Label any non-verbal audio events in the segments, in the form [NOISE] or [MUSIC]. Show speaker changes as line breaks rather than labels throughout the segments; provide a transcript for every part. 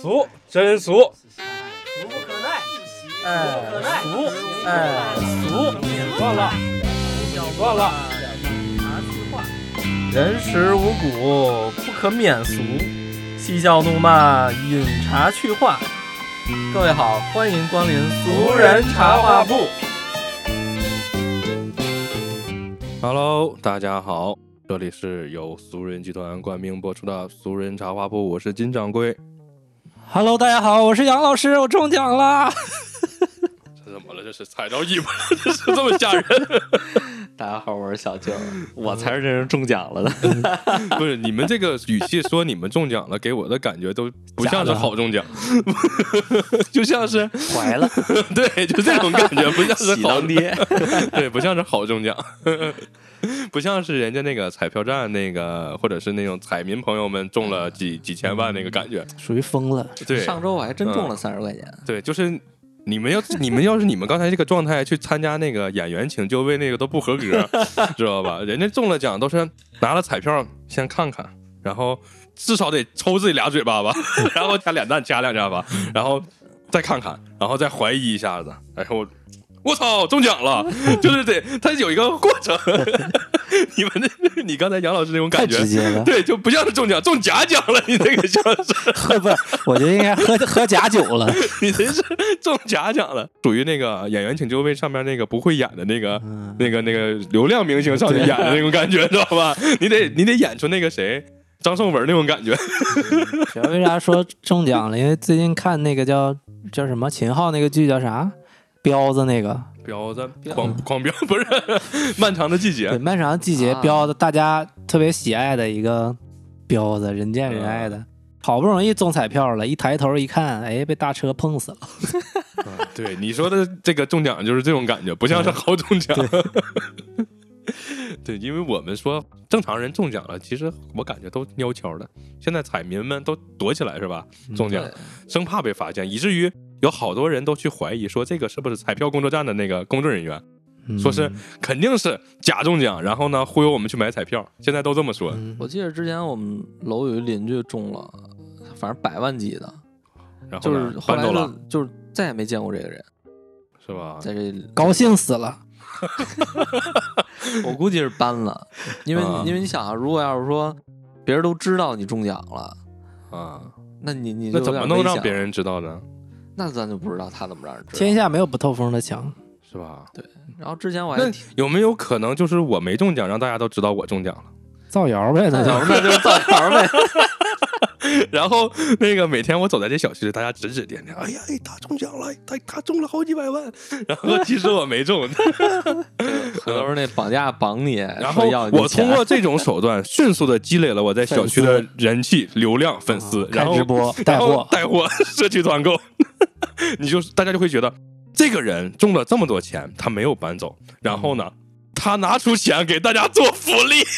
俗，真俗，
俗不可耐，
哎
可耐，
俗，
哎，
俗，你算了，你算了。
人食五谷，不可免俗，嬉笑怒骂，饮茶去话。各位好，欢迎光临俗人茶话铺。
Hello，大家好，这里是由俗人集团冠名播出的《俗人茶话铺》，我是金掌柜。
Hello，大家好，我是杨老师，我中奖啦！
这怎么了？这是踩着尾巴了，这是这么吓人？ [LAUGHS]
大家好，我是小静，我才是真正中奖了的。
不是，你们这个语气说你们中奖了，给我的感觉都不像是好中奖， [LAUGHS] 就像是
怀了，
[LAUGHS] 对，就这种感觉，不像是
喜
好
当爹。
[LAUGHS]
对，不像是好中奖，不像是人家那个彩票站那个，或者是那种彩民朋友们中了几几千万那个感觉。
属于疯了。
对嗯
上周我还真中了三十块 [LAUGHS] 钱，
对，就是你们要你们要是你们刚才这个状态去参加那个演员请就位那个都不合
[LAUGHS]
格，知道吧？人家中了奖都是拿了彩票先看看，然后至少得抽自己俩嘴巴
[LAUGHS]
吧，然后加脸蛋加两下吧，然后再看看，然后再怀疑一下子，然后。我操，中奖了！就是得，它有一个过
[LAUGHS]
程。你们那，你刚才杨老师那种
太
感觉
直，接
[LAUGHS]
了。
对，就不像是中奖，中假奖了。你这个像是，
喝不是，我觉得应该
[LAUGHS]
喝喝假酒了。
你这是 [LAUGHS] 中假奖了，属于那个演员请就位上面那个不会演的那个、那个那个流量明星上去演的那种感觉，知道吧？你得你得演出那个谁张颂文那种感觉，
知道啊为啥说中奖了？因为最近看那个叫叫什么秦昊那个剧叫啥？彪子那个，
彪子狂狂飙不是漫长的季
对，
节，
漫长的季节
啊
彪子，大家特别喜爱的一个彪子，人见人爱
嗯
的。好不容易中彩票了，一抬头一看，哎，被大车碰死了。
[LAUGHS] 对你说的这个中奖就是这种感觉，不像是好中奖。 [LAUGHS] 对，因为我们说正常人中奖了，其实我感觉都蔫悄的。现在彩民们都躲起来是吧？嗯中奖，生怕被发现，以至于有好多人都去怀疑说这个是不是彩票工作站的那个工作人员，
嗯
说是肯定是假中奖，然后呢忽悠我们去买彩票，现在都这么说。
嗯
我记得之前我们楼有一邻居中了，反正百万级的，
然后
就
呢
是后
搬
来
走
就
了
就是再也没见过这个人，
是吧？
在这里
高兴死了。
我估计是搬了，因为
啊
因为你想啊，如果要是说别人都知道你中奖了，
啊，
那你你就
那怎么
有点
能
危
让
险
别？人知道呢？
那咱就不知道他怎么让人知道。
天下没有不透风的墙。
是吧？
然后之前我还
那有没有可能就是我没中奖，让大家都知道我中奖了？ [LAUGHS]
造谣呗，那
那
就
就那就是造谣呗。
然后那个每天我走在这小区里，大家指指点点，哎呀，哎他中奖了，他他中了好几百万，然后其实我没中，
回头那绑架绑你，
然
然
后
要你
我
钱
通过这种手
[LAUGHS]
段迅速的积累了我在小区的人气、流量、粉丝，然
啊开
后
直播带
然后
货。
带货、社区团购， [LAUGHS] 你就大家就会觉得这个人中了这么多钱，他没有搬走，然后呢，
嗯
他拿出钱给大家做福利。 [LAUGHS]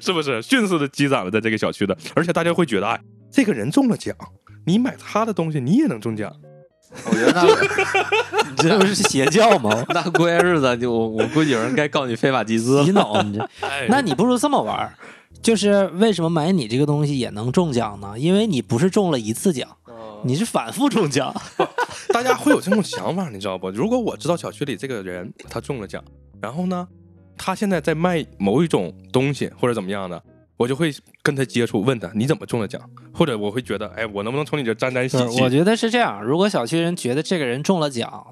是不是迅速的积攒了在这个小区的？而且大家会觉得，哎，这个人中了奖，你买他的东西，你也能中奖。
我觉得那
[LAUGHS]
你这不是邪教吗？
[LAUGHS] 那过些日子就我我估计有人该告你非法集资
洗
了。 [LAUGHS]
脑，你这。
哎
那你不如这么玩儿，就是为什么买你这个东西也能中奖呢？因为你不是中了一次奖，
哦
你是反复
[LAUGHS]
中奖。
大家会有这种想法，你知道不？如果我知道小区里这个人他中了奖，然后呢，他现在在卖某一种东西或者怎么样的，我就会跟他接触，问他你怎么中了奖，或者我会觉得，哎，我能不能从你这沾沾喜
是，
气
我？觉得是这样。如果小区人觉得这个人中了奖，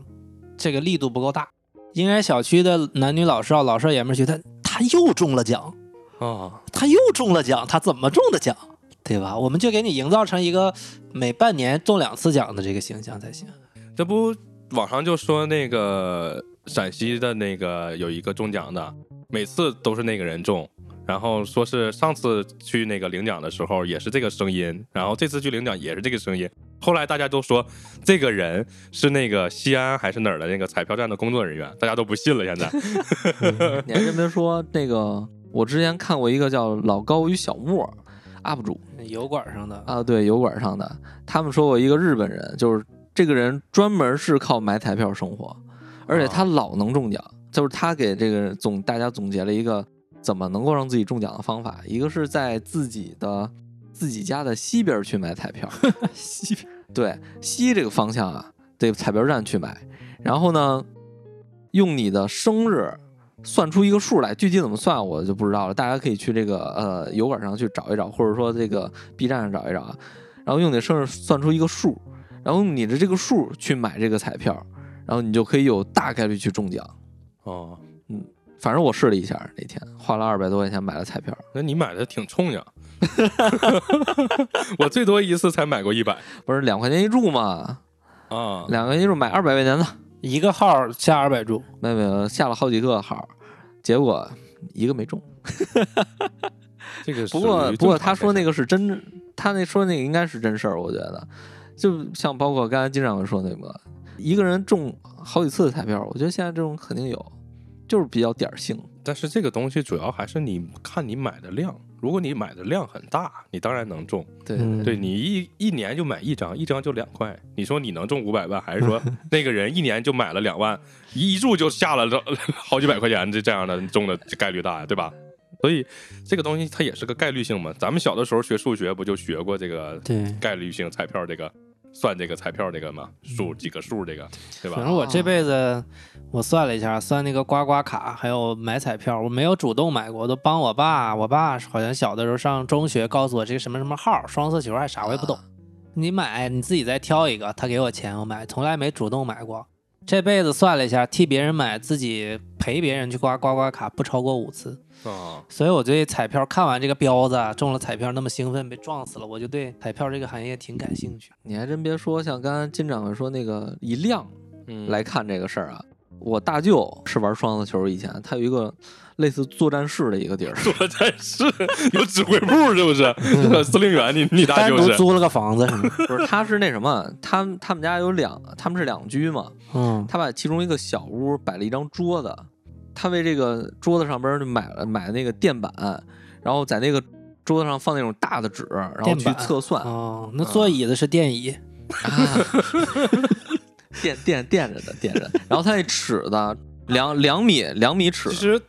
这个力度不够大，应该小区的男女老少、老少爷们儿觉得他又中了奖，
啊，
他又中了奖，他怎么中的奖？对吧？我们就给你营造成一个每半年中两次奖的这个形象才行。
这不网上就说那个陕西的那个有一个中奖的，每次都是那个人中。然后说是上次去那个领奖的时候也是这个声音，然后这次去领奖也是这个声音。后来大家都说这个人是那个西安还是哪儿的那个彩票站的工作人员，大家都不信了。现
[LAUGHS]
在
你还真别说，那个我之前看过一个叫老高与小莫 UP 主
油管上的，
啊，对油管上的，他们说过一个日本人，就是这个人专门是靠买彩票生活，而且他老能中奖，就是他给这个总大家总结了一个怎么能够让自己中奖的方法，一个是在自己的自己家的西边儿去买彩票，
西
对西这个方向啊，这个彩票站去买。然后呢，用你的生日算出一个数来，具体怎么算我就不知道了。大家可以去这个呃油管上去找一找，或者说这个 B 站上找一找啊。然后用你的生日算出一个数，然后用你的这个数去买这个彩票，然后你就可以有大概率去中奖。
哦，
反正我试了一下，那天花了二百多块钱买了彩票，
那你买的挺冲
[LAUGHS]
呀，我最多一次才买过一百
不是两块钱一注嘛，
啊，
两块钱一注买二百块钱的，
一个号下二百注，
没有没有，下了好几个号，结果一个没中。
这个
不过不过他说那
个
个是真，他那说那个应该是真事儿，我觉得，就像包括刚才金掌柜说那个，一个人中好几次的彩票，我觉得现在这种肯定有，就是比较点儿性。
但是这个东西主要还是你看你买的量，如果你买的量很大，你当然能中。
对
嗯
对你一一年就买一张，一张就两块，你说你能中五百万，还是说那个人一年就买了两万，一注就下了这 [LAUGHS] 好几百块钱，这这样的中的概率大呀，对吧？所以这个东西它也是个概率性嘛。咱们小的时候学数学不就学过这个
对，
概率性彩票这个算这个彩票这个嘛数几个数这个对
反
吧？
正我这辈子我算了一下，算那个刮刮卡，还有买彩票，我没有主动买过，我都帮我爸。我爸好像小的时候上中学，告诉我这个什么什么号，双色球还啥我也不懂。你买你自己再挑一个，他给我钱我买，从来没主动买过。这辈子算了一下，替别人买，自己陪别人去刮刮刮卡，不超过五次。
啊，
所以我对彩票看完这个彪子中了彩票那么兴奋，被撞死了，我就对彩票这个行业挺感兴趣。
你还真别说，像刚才金掌柜说那个以量
嗯
来看这个事儿啊，我大舅是玩双色球，以前他有一个类似作战室的一个地儿，
作战室有指挥部是不是？这
嗯
个司令员你你大
单
舅
独
是
租了个房子什么的，
不是他是那什么，他们他们家有两，他们是两居嘛，
嗯，
他把其中一个小屋摆了一张桌子，他为这个桌子上边儿就买了买那个垫板，然后在那个桌子上放那种大的纸，然后
垫
去
板
测算，
哦，
嗯
那坐椅子是电椅，
啊 [LAUGHS] 垫垫垫着的垫着的，然后他那尺子两两米两米尺
其，实。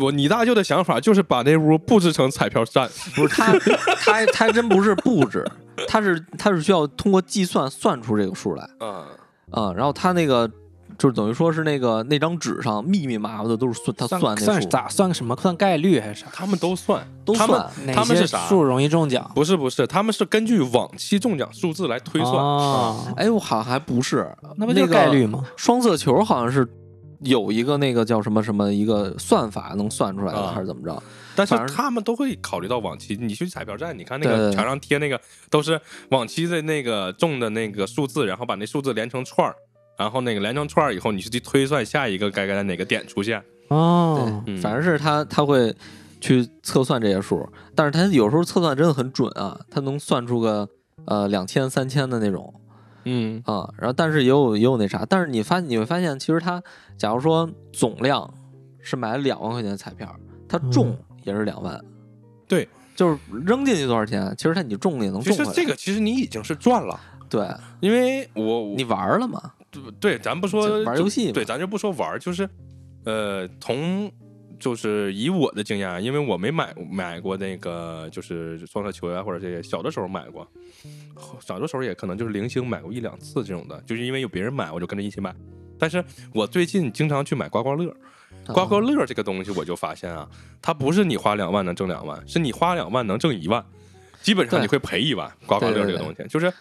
我你大舅的想法就是把那屋布置成彩票站，
不是他他还他还真不是布置，他是他是需要通过计算算出这个数来，
嗯，
嗯，然后他那个。就是等于说是那个那张纸上密密麻麻的都是算他
算
啊
算那
算
数，
咋算个什么？算概率还是啥？
他们都算，
都
他们
算
他们
哪
是
些
啥？
数容易中奖？
不是不是，他们是根据往期中奖数字来推算。啊
哦，
哎，我好像还不是，
那不就是
个
概率吗？
双色球好像是有一个那个叫什么什么一个算法能算出来的，
啊
还是怎么着？
但是
反正
他们都会考虑到往期，你去彩票站，你看那
对对
个
对
墙上贴那个都是往期的那个中的那个数字，然后把那数字连成串儿，然后那个连成串儿以后，你是去推算下一个该该在哪个点出现。
哦，
对，
嗯
反正是他他会去测算这些数，但是他有时候测算真的很准啊，他能算出个呃两千三千的那种
嗯
啊。然后但是也有也有那啥，但是你发你会发现，其实他假如说总量是买了两万块钱的彩票，他中也是两万，
嗯对。
就是扔进去多少钱，其实他你中了也能
其
中回
实
来。
这个其实你已经是赚了，
对
因为我
你玩儿了嘛？
对，咱不说
就玩游戏嘛
对，咱就不说玩儿，就是呃，从就是以我的经验，啊因为我没买买过那个就是双色球呀，或者这些，小的时候买过，小的时候也可能就是零星买过一两次这种的，就是因为有别人买，我就跟着一起买。但是我最近经常去买刮刮乐，
嗯
刮刮乐这个东西，我就发现啊，它不是你花两万能挣两万，是你花两万能挣一万，基本上
对
你会赔一万。刮刮乐
对
这
对
个东西，就是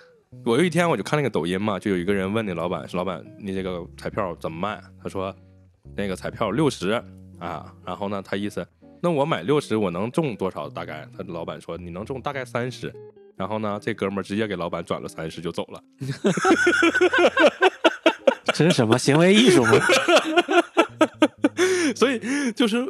我有一天我就看那个抖音嘛，就有一个人问那老板，说老板你这个彩票怎么卖？他说那个彩票六十啊，然后呢，他意思那我买六十我能中多少？大概他老板说你能中大概三十。然后呢，这哥们儿直接给老板转了三十就走了。
这是什么行为艺术吗？
所以就是，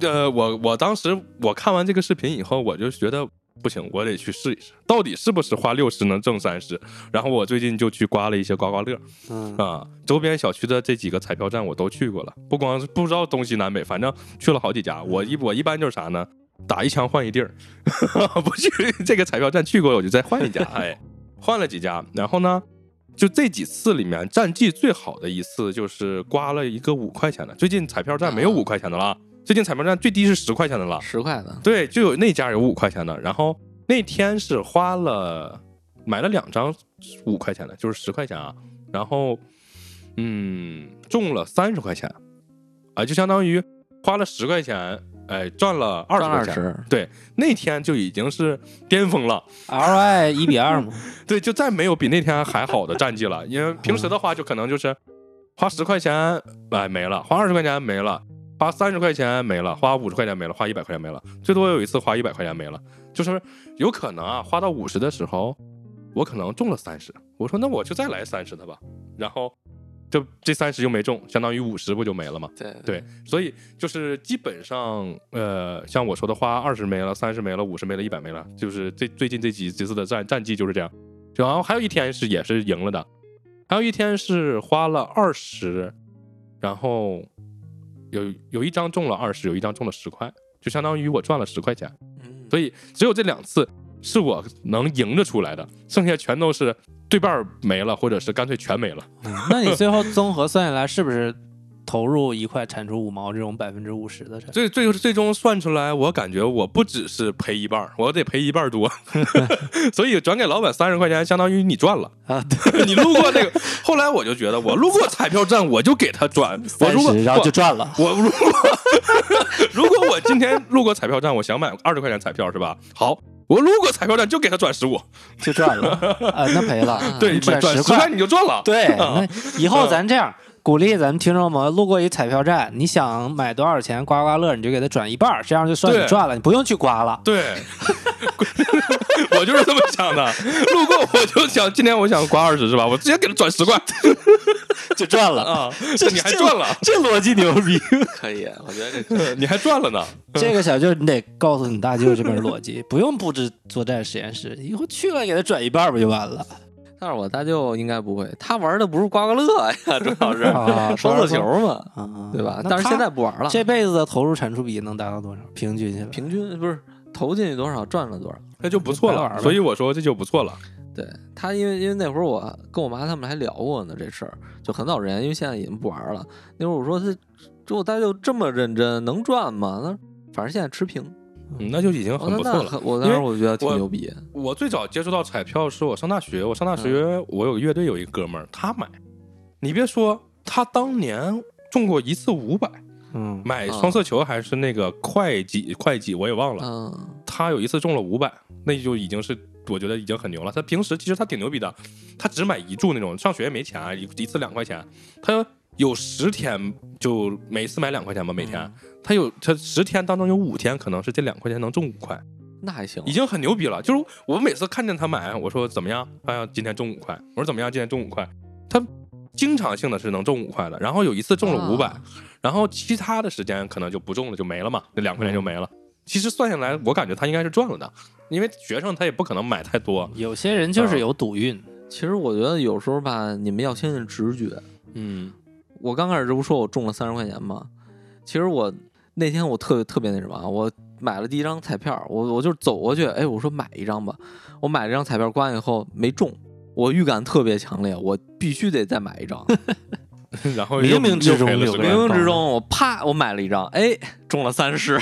呃，我我当时我看完这个视频以后，我就觉得不行，我得去试一试，到底是不是花六十能挣三十。然后我最近就去刮了一些刮刮乐
嗯，
啊，周边小区的这几个彩票站我都去过了，不光是不知道东西南北，反正去了好几家。我一我一般就是啥呢？打一枪换一地儿， [LAUGHS] 不去这个彩票站去过了，我就再换一家。哎，换了几家，然后呢，就这几次里面战绩最好的一次就是刮了一个五块钱的。最近彩票站没有
啊
五块钱的了，最近彩票站最低是十块钱的了，
十块的，
对，就有那家有五块钱的，然后那天是花了买了两张五块钱的，就是十块钱啊，然后嗯中了三十块钱，啊，就相当于花了十块钱，哎，赚了二十
赚
块
二
钱。
十，
那天就已经是巅峰了， [LAUGHS]
，ROI 一比二嘛，
对，就再没有比那天还好的战绩了。因为平时的话，就可能就是花十块钱哎没了，花二十块钱没了，花三十块钱没了，花五十块钱没了，花一百块钱没了，最多有一次花一百块钱没了，就是有可能啊，花到五十的时候，我可能中了三十，我说那我就再来三十的吧，然后就这三十就没中，相当于五十不就没了吗？
对
对，所以就是基本上，呃，像我说的花二十没了，三十没了，五十没了，一百没了，就是最最近这几几次的战战绩就是这样。然后还有一天是也是赢了的，还有一天是花了二十，然后有有一张中了二十，有一张中了十块，就相当于我赚了十块钱。所以只有这两次是我能赢着出来的，剩下全都是对半儿没了，或者是干脆全没了。
那你最后综合算下来是不是投入一块产出五毛这种百分之五十的产
最最最终算出来，我感觉我不只是赔一半儿，我得赔一半儿多， [LAUGHS] 所以转给老板三十块钱，相当于你赚了
啊！
对 [LAUGHS] 你路过那个，后来我就觉得，我路过彩票站，我就给他转。我如果
30然后就赚了？
我我如果 [LAUGHS] 如果我今天路过彩票站，我想买二十块钱彩票是吧？好，我路过彩票站就给他转十五，
就赚
[LAUGHS]
了啊，那赔了，
对，
你
转
赚
十
十
块
块。
你就赚了。
[LAUGHS]
[LAUGHS]
对，
啊
那以后咱这样鼓励咱们听众们，路过一彩票站，你想买多少钱刮刮乐，你就给他转一半儿，这样就算
对
你赚了，你不用去刮
[LAUGHS]
了。
对， [LAUGHS] 我就是这么想的。路过我就想，今天我想刮二十是吧？我直接给他转十块，
就赚了
啊，
[LAUGHS]
这你还赚了，
[LAUGHS] 这逻辑牛逼！
可以，我觉得这
你还赚了呢。
这个小舅，你得告诉你大舅这边逻辑，不用布置作战实验室，以后去了给他转一半儿不就完了？
但是我大舅应该不会，他玩的不是刮刮乐呀，主
[LAUGHS]
要是
啊，
双色球嘛，
啊，
对吧？
那
但是
他
现在不玩了，
这辈子的投入产出比能达到多少？平均下来，
平均不是投进去多少赚了多少。
那就不错
白玩
了，
了
所以我说这就不错了。
对他，因为因为那会儿我跟我妈他们还聊过呢这事儿，就很早之前，因为现在已经不玩了。那会儿我说这这我大舅这么认真，能赚吗？那反正现在持平，
嗯，那就已经
哦
很
那
不
那
错了。
很我当时
因为
我觉得挺
我
牛逼，
我最早接触到彩票是我上大学，我上大学
嗯
我有个乐队有一哥们儿，他买，你别说，他当年中过一次五百，
嗯，
买双
哦
色球还是那个会计会计，我也忘了。
嗯，
他有一次中了五百，那就已经是我觉得已经很牛了。他平时其实他挺牛逼的，他只买一注那种，上学也没钱啊，一一次两块钱，他有十天就每次买两块钱吧，每天、他有他十天当中有五天可能是这两块钱能中五块，
那还行，啊
已经很牛逼了。就是我每次看见他买，我说怎么样？哎呀，今天中五块。我说怎么样？今天中五块。他经常性的是能中五块的，然后有一次中了五百、
啊
然后其他的时间可能就不中了，就没了嘛，
嗯
那两块钱就没了。其实算下来，我感觉他应该是赚了的，因为学生他也不可能买太多。
有些人就是有赌运，
其实我觉得有时候吧，你们要相信直觉。
嗯
我刚开始这不说我中了三十块钱吗？其实我那天我特别特别那什么啊，我买了第一张彩票，我我就是走过去，哎，我说买一张吧。我买了这张彩票，刮完以后没中，我预感特别强烈，我必须得再买
[LAUGHS]
一张。
[LAUGHS] 然后
冥冥之中
又赔了
有
10
个
块
冥
钱
冥之中，我啪，我买了一张，哎，中了三十，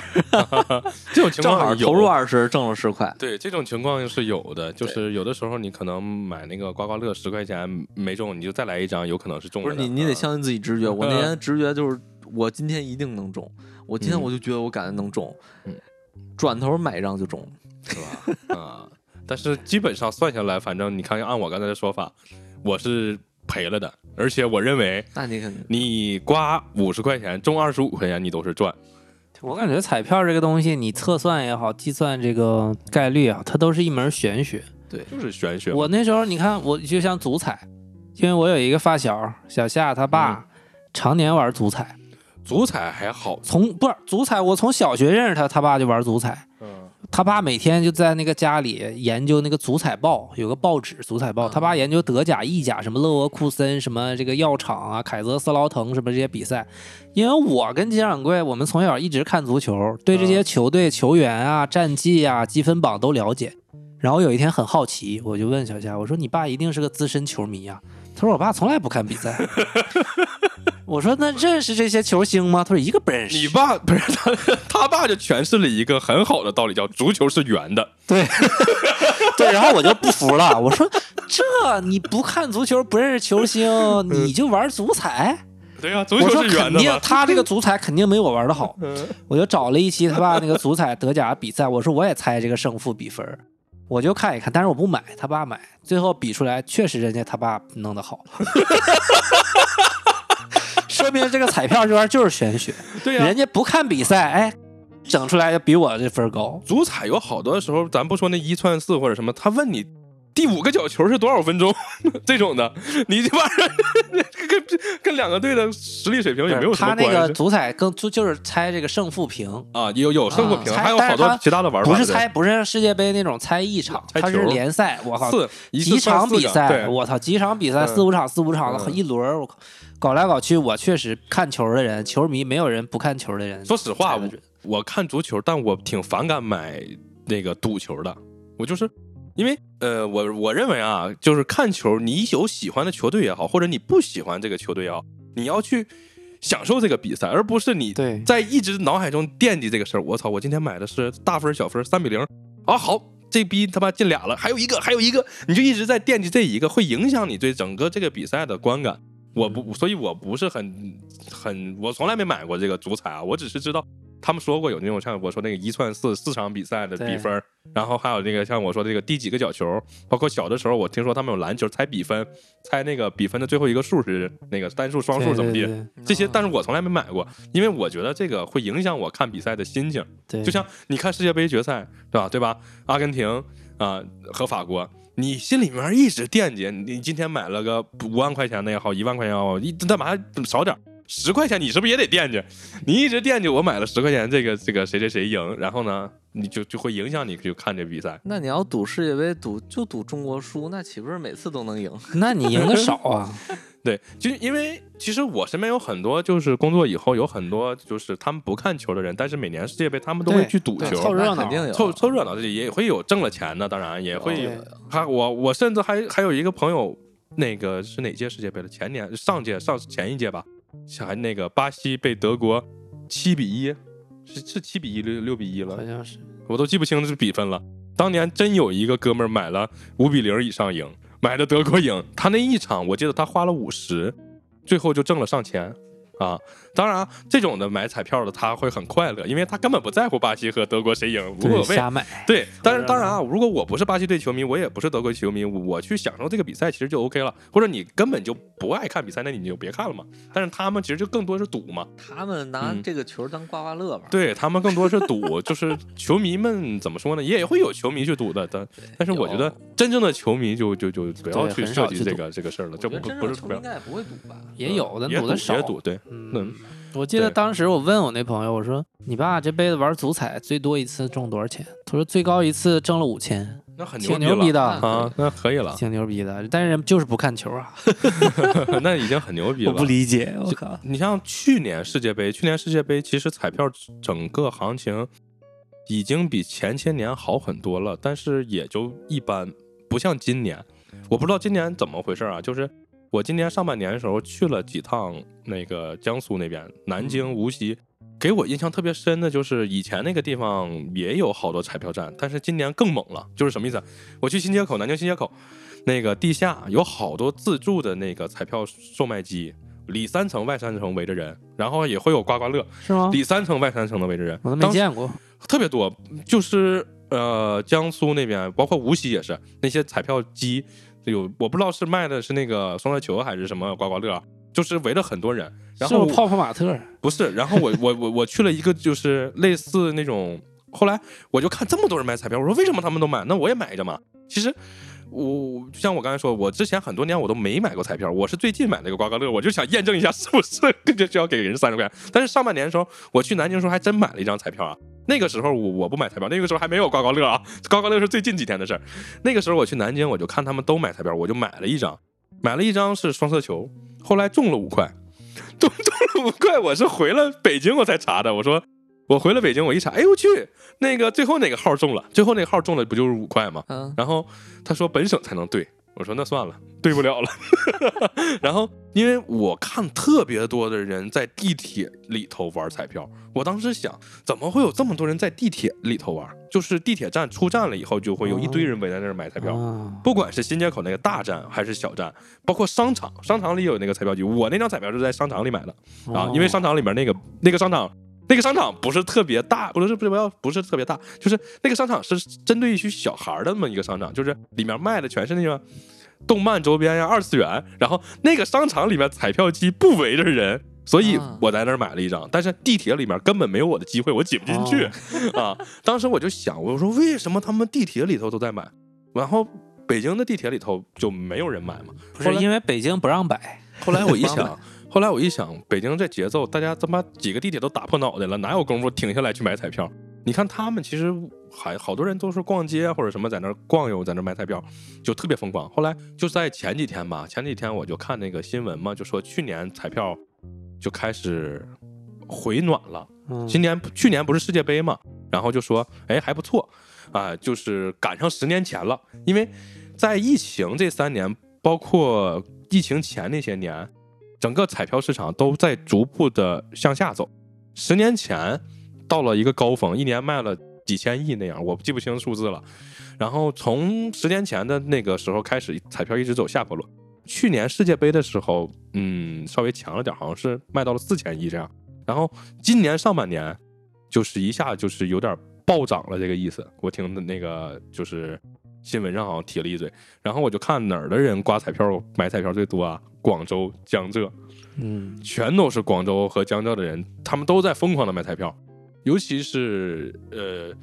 这种情
正好
况有
投入啊二十，挣了十块。
对，这种情况是有的，就是有的时候你可能买那个刮刮乐十块钱没中，你就再来一张，有可能是中
不
了
是
的。
你，你得相信自己直觉。我那
嗯
天直觉就是，我今天一定能中。我今天我就觉得我感觉能中，
嗯
转头买一张就中了。
是吧？啊，但是基本上算下来，反正你看，按我刚才的说法，我是赔了的，而且我认为
那你肯定
你刮五十块钱中二十五块钱，你都是赚。
我感觉彩票这个东西，你测算也好，计算这个概率啊，它都是一门玄学。
就是玄学嘛。
我那时候你看，我就像足彩，因为我有一个发小小夏，他爸、常年玩足彩，
足彩还好，
从不是足彩，我从小学认识他，他爸就玩足彩。
嗯，
他爸每天就在那个家里研究那个足彩报，有个报纸足彩报。他爸研究德甲、意甲，什么勒沃库森，什么这个药厂啊，凯泽斯劳腾，什么这些比赛。因为我跟金掌柜，我们从小一直看足球，对这些球队、球员啊、战绩啊、积分榜都了解。然后有一天很好奇，我就问小夏，我说：“你爸一定是个资深球迷啊？”他说：“我爸从来不看比赛。” [LAUGHS] 我说那认识这些球星吗？他说一个不认识。
你爸不是他，他爸就诠释了一个很好的道理，叫足球是圆的。
对， [LAUGHS] 对，然后我就不服了，我说这你不看足球不认识球星，你就玩足彩？
对嗯啊，足
我
球
说
是圆
肯
的嗯
定
嘛。
他这个足彩肯定没我玩的好，我就找了一期他爸那个足彩德甲比赛，我说我也猜这个胜负比分儿，我就看一看，但是我不买，他爸买，最后比出来确实人家他爸弄得好， [LAUGHS] 说明这个彩票这玩意儿就是玄学，
对啊呀、
人家不看比赛，哎，整出来就比我这分儿高。
足彩有好多时候，咱不说那一串四或者什么，他问你第五个角球是多少分钟这种的，你这玩意儿跟跟跟两个队的实力水平也没有什
他
么
那个
关系
足彩更就就是猜这个胜负平，
啊。有有胜负平，
啊
还有
猜
好
但是
多
他
其他的玩法。
不是
对
猜不是像世界杯那种猜一场，
猜
它是
球
联赛。我靠，
四一次
几
算
场
四
比
个
赛，
对
我操，几场比赛
嗯
四五场四五场的
嗯
一轮儿，我靠，搞来搞去，我确实看球的人，球迷没有人不看球的人。
说实话，
猜得
我
准
我看足球，但我挺反感买那个赌球的。我就是因为呃，我我认为啊，就是看球，你有喜欢的球队也好，或者你不喜欢这个球队也好，你要去享受这个比赛，而不是你
对
在一直脑海中惦记这个事儿。我操，我今天买的是大分小分三比零啊，好。这逼他妈进俩了，还有一个，还有一个，你就一直在惦记这一个，会影响你对整个这个比赛的观感。我不，所以我不是很很，我从来没买过这个足彩啊，我只是知道他们说过有那种像我说那个一串四四场比赛的比分儿，然后还有那个像我说这个第几个角球，包括小的时候我听说他们有篮球猜比分，猜那个比分的最后一个数是那个单数双数怎么
对
地，啊
对
这些，但是我从来没买过，因为我觉得这个会影响我看比赛的心情。
对，
就像你看世界杯决赛，对吧？对吧？阿根廷啊、和法国，你心里面一直惦记，你今天买了个五万块钱的也好，一万块钱也好，一干嘛少点儿？十块钱你是不是也得惦记？你一直惦记我买了十块钱，这个这个谁谁谁赢，然后呢，你就就会影响你去看这比赛。
那你要赌世界杯，赌就赌中国输，那岂不是每次都能赢？ [LAUGHS]
那你赢的少
[LAUGHS]
啊，
对，就因为其实我身边有很多就是工作以后有很多就是他们不看球的人，但是每年世界杯他们都会
对
去赌
对
球，
凑热闹
那肯 [LAUGHS] 定有，
啊
啊
凑凑热闹，这也会有挣了钱的，当然也会有
对
还我我甚至还还有一个朋友，那个是哪届世界杯了？前年上届上前一届吧，还那个巴西被德国七比一，是是七比一六六比一
好
了，
像是
我都记不清是比分了。当年真有一个哥们儿买了五比零以上赢，买的德国赢，他那一场我记得他花了五十，最后就挣了上千。啊，当然，这种的买彩票的他会很快乐，因为他根本不在乎巴西和德国谁赢，无所谓。
瞎买。
[LAUGHS] 对，但是当然啊，如果我不是巴西队球迷，我也不是德国球迷，我我去享受这个比赛其实就 OK 了。或者你根本就不爱看比赛，那你就别看了嘛。但是他们其实就更多是赌嘛，
他们拿
嗯
这个球当刮刮乐玩。
对他们更多是赌， [LAUGHS] 就是球迷们怎么说呢，也会有球迷去赌的，但但是我觉得真正的球迷就就就不要
对
去
很
设
少
计
去
这
赌
个这个事儿了，
我
这
觉得
不
真
不
正
是
的
不
球迷
要
应该也不会赌吧？
也有的
也
赌的少，
也赌对，
嗯
嗯，
我记得
对
当时我问我那朋友，我说你爸这辈子玩足彩最多一次挣多少钱？他说最高一次挣了五千，
那很
挺
牛
牛
逼
逼
了。
的，
啊，那可以了， [LAUGHS]
挺牛逼的。但是人就是不看球啊，
那已经很牛 [LAUGHS] 逼了。
理解，我靠，
你像去年世界杯，去年世界杯其实彩票整个行情已经比前些年好很多了，但是也就一般，不像今年。我不知道今年怎么回事啊，就是我今年上半年的时候去了几趟那个江苏那边，南京、无锡，给我印象特别深的就是以前那个地方也有好多彩票站，但是今年更猛了。就是什么意思啊？我去新街口，南京新街口那个地下有好多自助的那个彩票售卖机，里三层外三层围着人，然后也会有刮刮乐，
是吗？
里三层外三层的围着人，
哦我都没
当时
见过，
特别多，就是呃江苏那边，包括无锡也是那些彩票机有，我不知道是卖的是那个双色球还是什么刮刮乐啊，就是围了很多人，然
是
后
不是泡泡玛特，
不是，然后我我我我去了一个就是类似那种，后来我就看这么多人买彩票，我说为什么他们都买？那我也买一个嘛。其实我就像我刚才说，我之前很多年我都没买过彩票，我是最近买了一个刮刮乐，我就想验证一下是不是就就要给人三十块钱。但是上半年的时候，我去南京的时候还真买了一张彩票啊。那个时候我我不买彩票，那个时候还没有刮刮乐啊，刮刮乐是最近几天的事儿。那个时候我去南京，我就看他们都买彩票，我就买了一张，买了一张是双色球，后来中了五块，中 [LAUGHS] 中了五块，我是回了北京我才查的，我说。我回了北京，我一查，哎呦我去，那个最后哪个号中了？最后那个号中了不就是五块吗？
嗯，
然后他说本省才能兑，我说那算了，对不了 [LAUGHS] 了。然后因为我看特别多的人在地铁里头玩彩票，我当时想，怎么会有这么多人在地铁里头玩？就是地铁站出站了以后，就会有一堆人围在那儿买彩票。
啊，
不管是新街口那个大站还是小站，包括商场，商场里有那个彩票局，我那张彩票是在商场里买的啊，
哦
因为商场里面那个那个商场。那个商场不是特别大，不是不是不要不是特别大，就是那个商场是针对于小孩儿的那么一个商场，就是里面卖的全是那个动漫周边呀、二次元。然后那个商场里面彩票机不围着人，所以
啊
我在那儿买了一张。但是地铁里面根本没有我的机会，我挤不进去、 [LAUGHS] 啊。当时我就想，我说为什么他们地铁里头都在买，然后北京的地铁里头就没有人买嘛？
哦不是因为北京不让摆，
[LAUGHS] 后来我一想，后来我一想，北京这节奏，大家他妈几个地铁都打破脑袋了，哪有功夫停下来去买彩票？你看他们其实还好多人都是逛街或者什么，在那儿逛悠，在那儿买彩票，就特别疯狂。后来就在前几天吧，前几天我就看那个新闻嘛，就说去年彩票就开始回暖了。
嗯
今年去年不是世界杯嘛，然后就说，哎，还不错，啊、就是赶上十年前了。因为在疫情这三年，包括疫情前那些年，整个彩票市场都在逐步的向下走。十年前到了一个高峰，一年卖了几千亿那样，我记不清数字了。然后从十年前的那个时候开始，彩票一直走下坡路。去年世界杯的时候，嗯，稍微强了点，好像是卖到了四千亿这样。然后今年上半年就是一下就是有点暴涨了这个意思。我听的那个就是新闻上好像提了一嘴，然后我就看哪儿的人刮彩票买彩票最多啊？广州、江浙，
嗯
全都是广州和江浙的人，他们都在疯狂的买彩票，尤其是呃，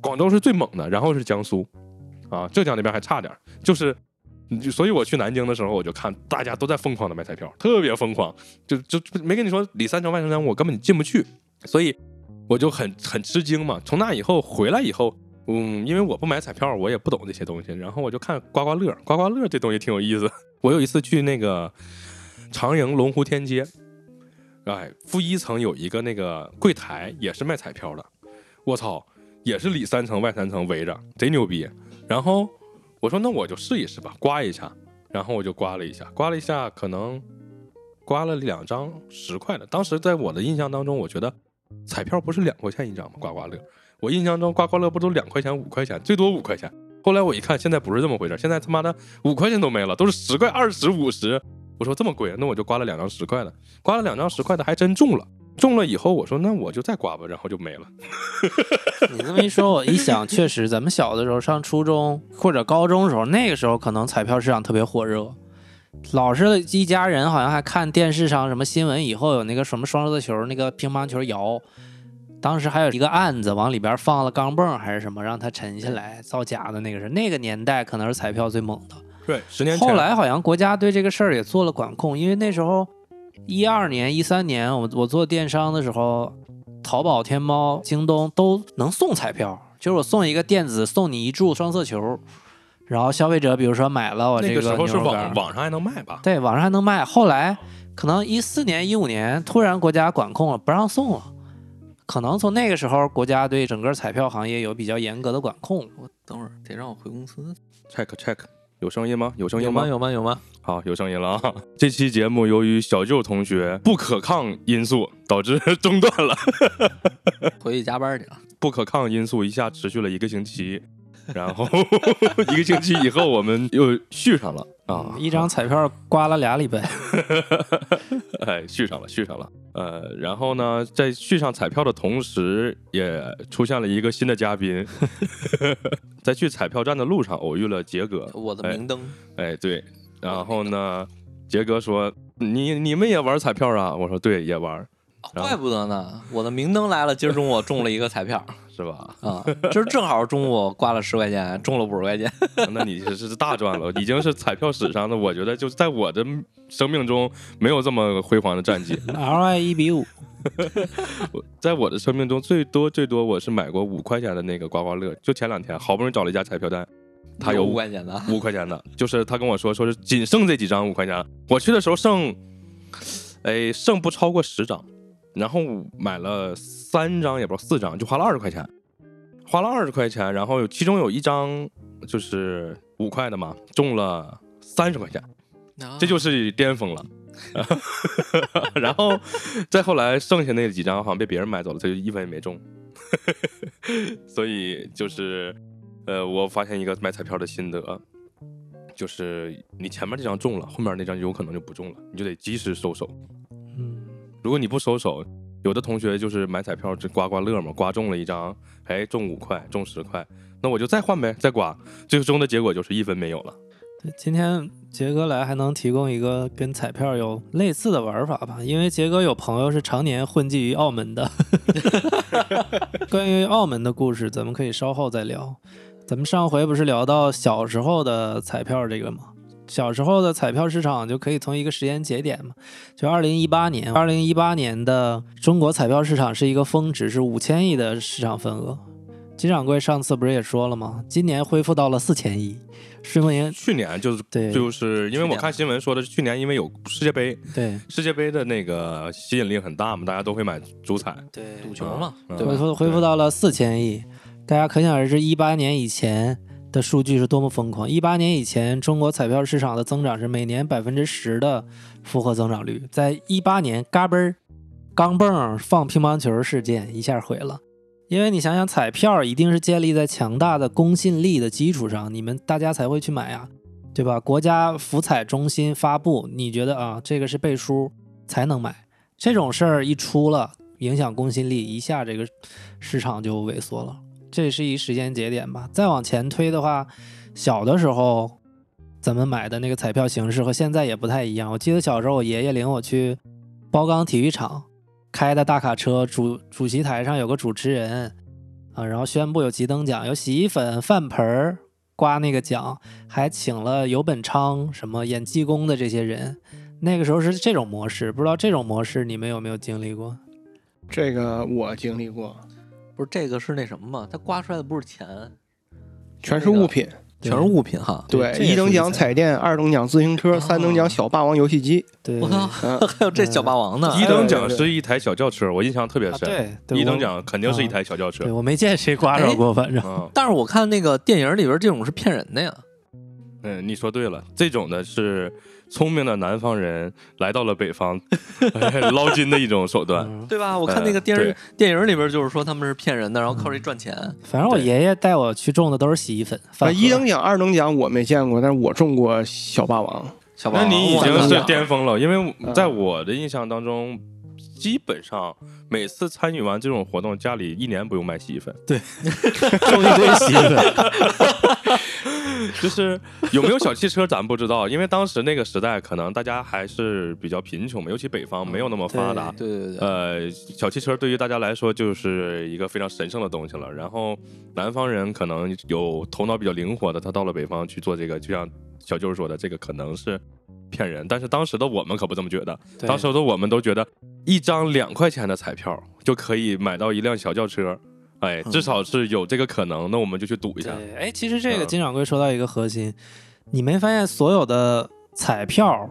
广州是最猛的，然后是江苏，啊，浙江那边还差点儿，就是。就所以，我去南京的时候，我就看大家都在疯狂的买彩票，特别疯狂，就就就没跟你说里三城外三城，我根本进不去，所以我就很很吃惊嘛。从那以后回来以后，嗯，因为我不买彩票，我也不懂这些东西，然后我就看刮刮乐，刮刮乐这东西挺有意思。 [LAUGHS] 我有一次去那个长营龙湖天街，哎，负一层有一个那个柜台，也是卖彩票的。我操，也是里三层外三层围着，贼牛逼。然后我说那我就试一试吧，刮一下。然后我就刮了一下，刮了一下，可能刮了两张十块的。当时在我的印象当中，我觉得彩票不是两块钱一张吗？刮刮乐，我印象中刮刮乐不都两块钱、五块钱，最多五块钱。后来我一看，现在不是这么回事，现在他妈的五块钱都没了，都是十块、二十、五十。我说这么贵，那我就刮了两张十块的。刮了两张十块的，还真中了。中了以后，我说那我就再刮吧，然后就没了。
[LAUGHS] 你这么一说，我一想，确实，咱们小的时候上初中或者高中的时候，那个时候可能彩票市场特别火热，老是一家人好像还看电视上什么新闻，以后有那个什么双色球、那个乒乓球摇，当时还有一个案子，往里边放了钢镚还是什么，让它沉下来，造假的那个是那个年代可能是彩票最猛的。
对，十年前
后来好像国家对这个事儿也做了管控，因为那时候一二年、一三年，我我做电商的时候，淘宝、天猫、京东都能送彩票，就是我送一个电子，送你一注双色球，然后消费者比如说买了我这
那个时候是
牛肉干
网网上还能卖吧？
对网上还能卖，后来可能一四年、一五年突然国家管控了，不让送了。可能从那个时候，国家对整个彩票行业有比较严格的管控。
我等会儿得让我回公司。
check check，有声音吗？有声
有
音
吗？
吗？
有吗？有吗？
好，有声音了啊！这期节目由于小舅同学不可抗因素导致 [LAUGHS] 中断了，
回去加班去了。
不可抗因素一下持续了一个星期，然后 [LAUGHS] 一个星期以后我们又续上了啊，
一张彩票刮了俩礼拜。
[LAUGHS] 哎，续上了，续上了。呃，然后呢，在续上彩票的同时，也出现了一个新的嘉宾， [LAUGHS] 在去彩票站的路上偶遇了杰哥。
我的明灯，
哎，对，然后呢，杰哥说：“你你们也玩彩票啊？”我说：“对，也玩，
哦
然后
怪不得呢。我的明灯来了，今儿中午我中了一个彩
[LAUGHS]
票
是吧？
啊，今儿正好中午刮了十块钱，中了五十块钱。
那你是是大赚了，已经是彩票史上的，我觉得就是在我的生命中没有这么辉煌的战绩。
L I 一比五，
我在我的生命中最多最多，我是买过五块钱的那个刮刮乐，就前两天好不容易找了一家彩票站，他有
五块钱的，
五块钱的，就是他跟我说，说是仅剩这几张五块钱了。我去的时候剩，哎，剩不超过十张，然后买了三张，也不知道四张，就花了二十块钱，花了二十块钱，然后有其中有一张就是五块的嘛，中了三十块钱，这就是巅峰了。 [LAUGHS] 然后再后来剩下那几张好像被别人买走了，他就一分也没中。 [LAUGHS] 所以就是，呃，我发现一个买彩票的心得，就是你前面这张中了，后面那张有可能就不中了，你就得及时收手。
嗯，
如果你不收手，有的同学就是买彩票就刮刮乐嘛，刮中了一张，哎，中五块，中十块，那我就再换呗，再刮，最终的结果就是一分没有了。
对，今天杰哥来还能提供一个跟彩票有类似的玩法吧？因为杰哥有朋友是常年混迹于澳门的， [LAUGHS] 关于澳门的故事，咱们可以稍后再聊。咱们上回不是聊到小时候的彩票这个吗？小时候的彩票市场就可以从一个时间节点嘛，就二零一八年，二零一八年的中国彩票市场是一个峰值，是五千亿的市场份额。金掌柜上次不是也说了吗？今年恢复到了四千亿，睡梦妍
去年就是
对
就是因为
去
我
年
看新闻说的是去年因为有世界杯，
对
世界杯的那个吸引力很大嘛，大家都会买足彩，
对
赌球嘛，
嗯
对
恢
吧？
复恢复到了四千亿，大家可想而知，一八年以前的数据是多么疯狂。一八年以前，中国彩票市场的增长是每年百分之十的复合增长率，在一八年嘎嘣儿钢镚儿放乒乓球事件一下毁了。因为你想想，彩票一定是建立在强大的公信力的基础上，你们大家才会去买啊，对吧？国家福彩中心发布，你觉得啊，这个是背书才能买，这种事儿一出了，影响公信力，一下这个市场就萎缩了。这是一时间节点吧。再往前推的话，小的时候咱们买的那个彩票形式和现在也不太一样。我记得小时候我爷爷领我去包钢体育场开的大卡车，主主席台上有个主持人啊，然后宣布有几等奖，有洗衣粉、饭盆儿刮那个奖，还请了游本昌、什么演技工的这些人。那个时候是这种模式，不知道这种模式你们有没有经历过？
这个我经历过，
不是这个是那什么嘛？它刮出来的不是钱，
全是物品。
全是物品哈。
对，
这也
一等
属于
奖彩电，二等奖自行车，
啊
三等奖小霸王游戏机。
对，
我操，
嗯，
还 [LAUGHS] 有这小霸王呢
哎
一
呀
等奖
对对
是一台小轿车，我印象特别
啊
深。
对，对
一等，
我哎
奖肯定是一台小轿
对
车。
我没见谁刮着过，反正
嗯
但是我看那个电影里边这种是骗人的呀，
嗯，你说对了，这种呢是聪明的南方人来到了北方哎捞金的一种手段。
嗯
对吧？我看那个电视
呃对
电影里边就是说他们是骗人的，然后靠这赚钱。
反正我
对
爷爷带我去种的都是洗衣粉，
啊
饭
一
盒
等奖、二等奖我没见过，但是我中过小霸王。
小霸
那
王，
你已
我
经
操
是巅峰了，因为
嗯
在我的印象当中，基本上每次参与完这种活动，家里一年不用买洗衣粉， [LAUGHS]
种一堆洗衣粉，
[LAUGHS] 就是有没有小汽车咱不知道，因为当时那个时代可能大家还是比较贫穷嘛，尤其北方没有那么发达，
对对对对，
呃，小汽车对于大家来说就是一个非常神圣的东西了。然后南方人可能有头脑比较灵活的，他到了北方去做这个，就像小舅说的，这个可能是骗人。但是当时的我们可不这么觉得，
对
当时的我们都觉得一张两块钱的彩票就可以买到一辆小轿车，哎，至少是有这个可能，那我们就去赌一下。
嗯对，哎，其实这个
嗯
金掌柜说到一个核心，你没发现所有的彩票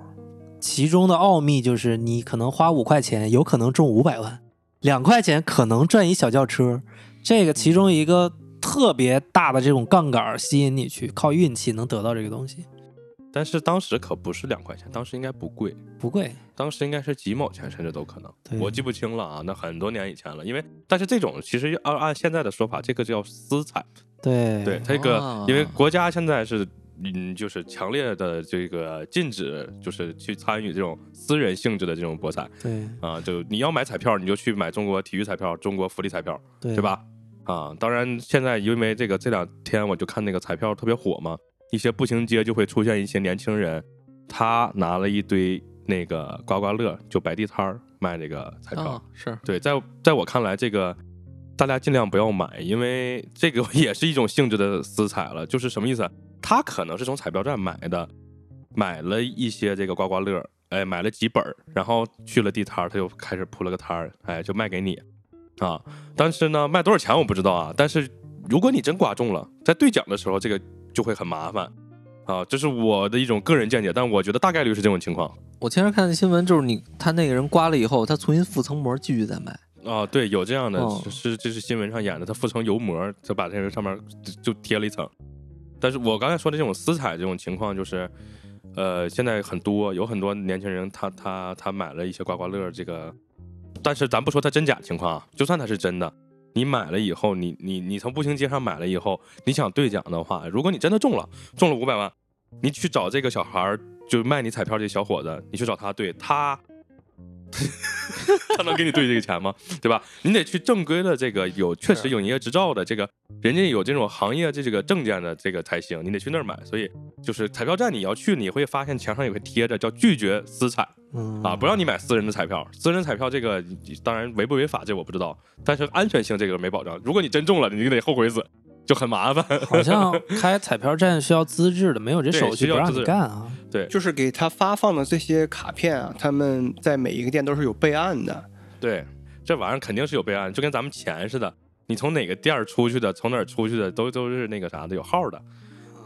其中的奥秘就是你可能花五块钱，有可能中五百万，两块钱可能赚一小轿车，这个其中一个特别大的这种杠杆儿吸引你去靠运气能得到这个东西，
但是当时可不是两块钱，当时应该不贵。
不贵。
当时应该是几毛钱，甚至都可能
对，
我记不清了啊，那很多年以前了。因为，但是这种其实按按现在的说法，这个叫私彩，
对
对，这个、
啊
因为国家现在是嗯，就是强烈的这个禁止，就是去参与这种私人性质的这种博彩
对
啊，就你要买彩票，你就去买中国体育彩票、中国福利彩票，
对，
对？吧？啊，当然现在因为这个这两天我就看那个彩票特别火嘛，一些步行街就会出现一些年轻人，他拿了一堆那个刮刮乐，就摆地摊儿卖这个彩票。
啊是
对，在在我看来，这个大家尽量不要买，因为这个 [LAUGHS] 也是一种性质的私彩了。就是什么意思啊？他可能是从彩票站买的，买了一些这个刮刮乐，哎，买了几本儿，然后去了地摊儿，他就开始铺了个摊儿，哎，就卖给你啊。但是呢，卖多少钱我不知道啊。但是如果你真刮中了，在兑奖的时候，这个就会很麻烦。啊，这是我的一种个人见解，但我觉得大概率是这种情况
我前天看的新闻，就是你他那个人刮了以后，他重新附层膜继续再卖，
啊。对，有这样的，
哦
是这是新闻上演的，他附层油膜，就把这个上面就就贴了一层。但是我刚才说的这种私彩这种情况，就是，呃，现在很多有很多年轻人他，他他买了一些刮刮乐，这个，但是咱不说它真假情况啊，就算它是真的，你买了以后，你你你从步行街上买了以后，你想兑奖的话，如果你真的中了，中了五百万，你去找这个小孩儿，就卖你彩票这小伙子，你去找他兑，他 [LAUGHS] 他能给你兑这个钱吗？对吧？你得去正规的这个有确实有营业执照的这个，人家有这种行业这这个证件的这个才行，你得去那儿买。所以就是彩票站你要去，你会发现墙上有个贴着叫拒绝私彩
嗯
啊，不让你买私人的彩票。私人彩票这个当然违不违法这我不知道，但是安全性这个没保障。如果你真中了，你就得后悔死，就很麻烦。 [LAUGHS]
好像开彩票站需要资质的，没有这
对
手续
需要
不让
资质
你干啊。 [LAUGHS]
就是给他发放的这些卡片啊，他们在每一个店都是有备案的。
对，这玩意儿肯定是有备案，就跟咱们钱似的，你从哪个店儿出去的，从哪儿出去的，都都是那个啥的，有号的。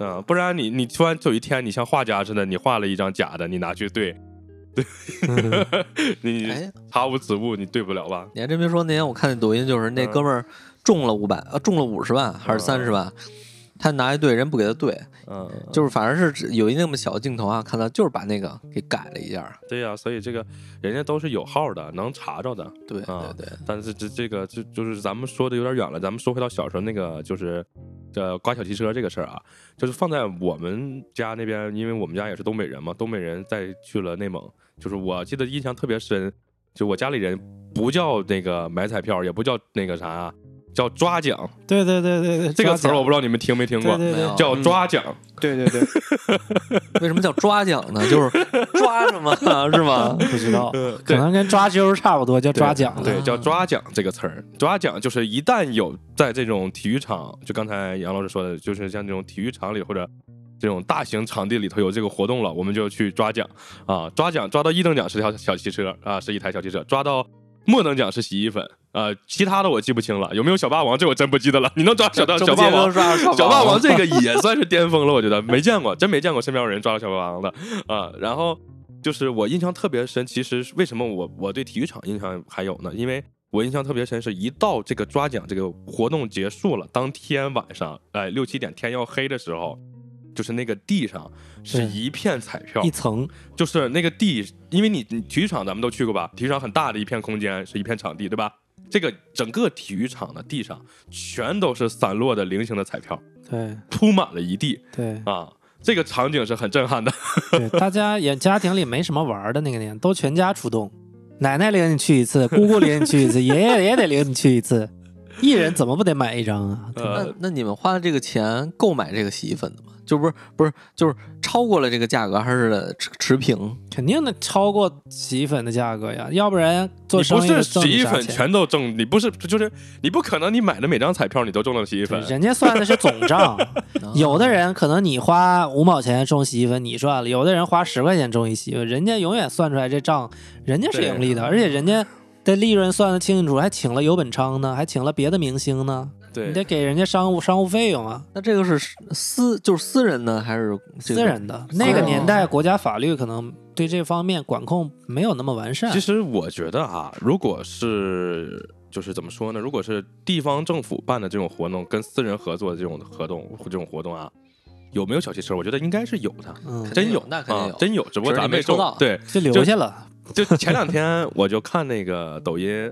嗯，不然你你突然有一天你像画家似的，你画了一张假的，你拿去对， [LAUGHS] 对，你
哎，
查无此物，你对不了吧？
你还真别说，那天我看那抖音，就是
嗯
那哥们儿中了五百，呃，中了五十万还是三十万，他拿一对，人不给他对，
嗯，
就是反正是只有一那么小的镜头啊，看他就是把那个给改了一下。
对呀、所以这个人家都是有号的，能查着的。
对对
啊
对，
但是这这个就就是咱们说的有点远了，咱们说回到小时候那个就是，呃，刮小汽车这个事儿啊，就是放在我们家那边，因为我们家也是东北人嘛，东北人再去了内蒙，就是我记得印象特别深，就我家里人不叫那个买彩票，也不叫那个啥，叫抓奖
对对对对对，
这个词儿，我
抓
不知道你们听没听
奖
过，
对对
没
对，
有
叫抓奖。
对对对，
为什么叫抓奖呢？就是抓什
[LAUGHS]
么是吗？
不知道，可
对
能跟抓阄差不多，叫抓奖啊了。
对，叫抓奖这个词儿。抓奖就是一旦有在这种体育场，就刚才杨老师说的，就是像这种体育场里或者这种大型场地里头有这个活动了，我们就去抓奖啊。抓奖抓到一等奖是条小汽车啊，是一台小汽车；抓到末等奖是洗衣粉。呃，其他的我记不清了，有没有小霸王这我真不记得了。你能抓小到
这
小
不
霸
接着
王？
抓小
小霸
王
王这个也算是巅峰了，我觉得没见过，真没见过身边有人抓到小霸王的啊、然后就是我印象特别深，其实是为什么我我对体育场印象还有呢？因为我印象特别深，是一到这个抓奖这个活动结束了，当天晚上，哎，六七点天要黑的时候，就是那个地上是
对
一片彩票
一，层，
就是那个地，因为你你体育场咱们都去过吧，体育场很大的一片空间是一片场地，对吧？这个整个体育场的地上全都是散落的菱形的彩票。
对
铺满了一地
对
啊。这个场景是很震 [LAUGHS] 撼的，
对，大家也家庭里没什么玩儿的那个年，都全家出动，奶奶领你去一次，姑姑领你去一次，爷爷也得领你去
[LAUGHS]
一次，一人怎么不得买一张啊？
呃
那，那你们花的这个钱购买这个洗衣粉的吗？就不是不是就是超过了这个价格，还是持
[LAUGHS]
持平？
肯定的，超过洗衣粉的价格呀，要不然
你
做
不
生意
是
的挣
洗
你
衣
啥
粉
钱？
全都中，你不是就是你不可能你买的每张彩票你都中了洗衣粉，
人家算的是总
[LAUGHS]
账，
啊
有的
人
人可能你花五毛钱中洗衣粉你赚了，有的人花十块钱中一洗衣粉，人家永远算出来这账，人家是
对啊
盈利的，而且人家的利润算的清清楚，楚，还请了游本昌呢，还请了别的明星呢，你
对
得给人家商务商务费用啊。
那这个是私就是私人的还是这
私
个
人的那
哦
个年代，国家法律可能对这方面管控没有那么完善
其。实我觉得啊，如果是就是怎么说呢？如果是地方政府办的这种活动，跟私人合作的这种合同这种活动啊，有没有小汽车？我觉得应该是有的，
嗯，
肯定
真
有那肯定
啊
有
真有，只不过
只是
咱
你没
中
抽到。
对，
就留下了。
就前两天我就看那个抖音，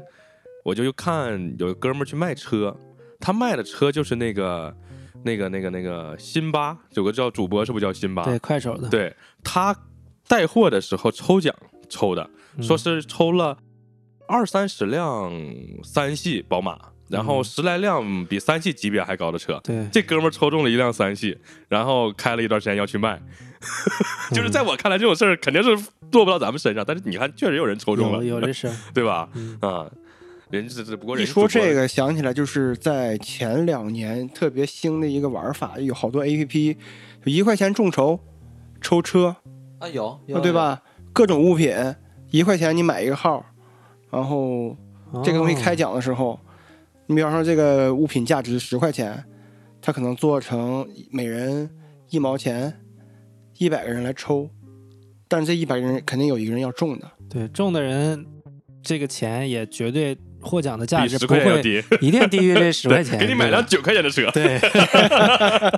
我就又看有个哥们儿去卖车，他卖的车就是那个那个那个那个辛巴，有个叫主播是不是叫辛巴？
对，快手的，
啊对他带货的时候抽奖抽的，
嗯
说是抽了二三十辆三系宝马，然
嗯
后十来辆比三系级别还高的车。
对，
这哥们儿抽中了一辆三系，然后开了一段时间要去卖，[LAUGHS]
嗯
就是在我看来这种事儿肯定是做不到咱们身上，但是你看确实有人抽中
有
了，
有这事
[LAUGHS]
儿。
对吧？
嗯
啊，人这这不过
一
人
说这个想起来，就是在前两年特别兴的一个玩法，有好多 A P P，一块钱众筹抽车，
啊有有
啊对？吧？各种物品，一块钱你买一个号，然后这个
哦
哦
东西开奖的时候，你比方说这个物品价值十块钱，它可能做成每人一毛钱，一百个人来抽，但是这一百个人肯定有一个人要中的，
对中的人，这个钱也绝对获奖的价
比
值
十
不
块钱要
会
低，
一定低于这十块钱，
给你买辆九块钱的车。
对吧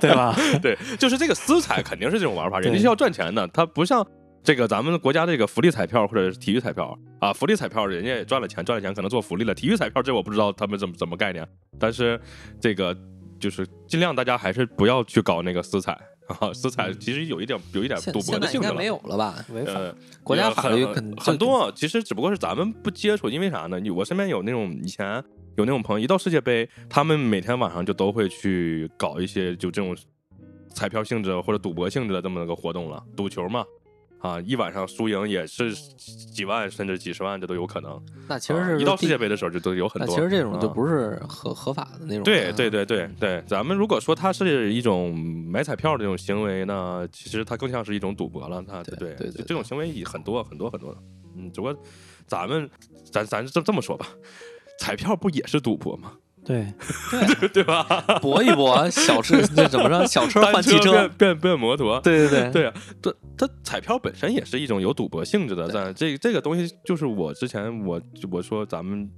[LAUGHS] 对对吧？
对，就是这个私彩肯定是这种玩法，
对
人家是要赚钱的，它不像这个咱们国家这个福利彩票或者是体育彩票啊，福利彩票人家也赚了钱，赚了钱可能做福利了，体育彩票啊这我不知道他们怎么怎么概念，但是这个就是尽量大家还是不要去搞那个私彩啊，私彩其实有一点有一点
现
赌博
现
的
在
性
应
质
该
了
没。有了吧？
违法，
呃，
国家
呃
法
很
律
很
肯
很多，其实只不过是咱们不接触，因为啥呢？你我身边有那种以前有那种朋友，一到世界杯，他们每天晚上就都会去搞一些就这种彩票性质或者赌博性质的这么个活动了，赌球嘛。啊，一晚上输赢也是几万甚至几十万，这都有可能。
那其实
啊
是
一到世
地
界杯的时候就都有很
那
多。
其实这种就
啊
不是合合法的嗯那种。
对对对对对，咱们如果说它是一种买彩票的这种行为呢，其实它更像是一种赌博了。它
对
对
对对
就
对
这种行为也很多很多很多的。嗯，只不过咱们咱咱这这么说吧，彩票不也是赌博吗？
对，
对吧？
[LAUGHS] 搏一搏，小车这怎么着？小车换
单
汽
车
车
变，变变摩托。
对对对，
对啊，这它彩票本身也是一种有赌博性质的，
对
但这这个东西就是我之前我我说咱们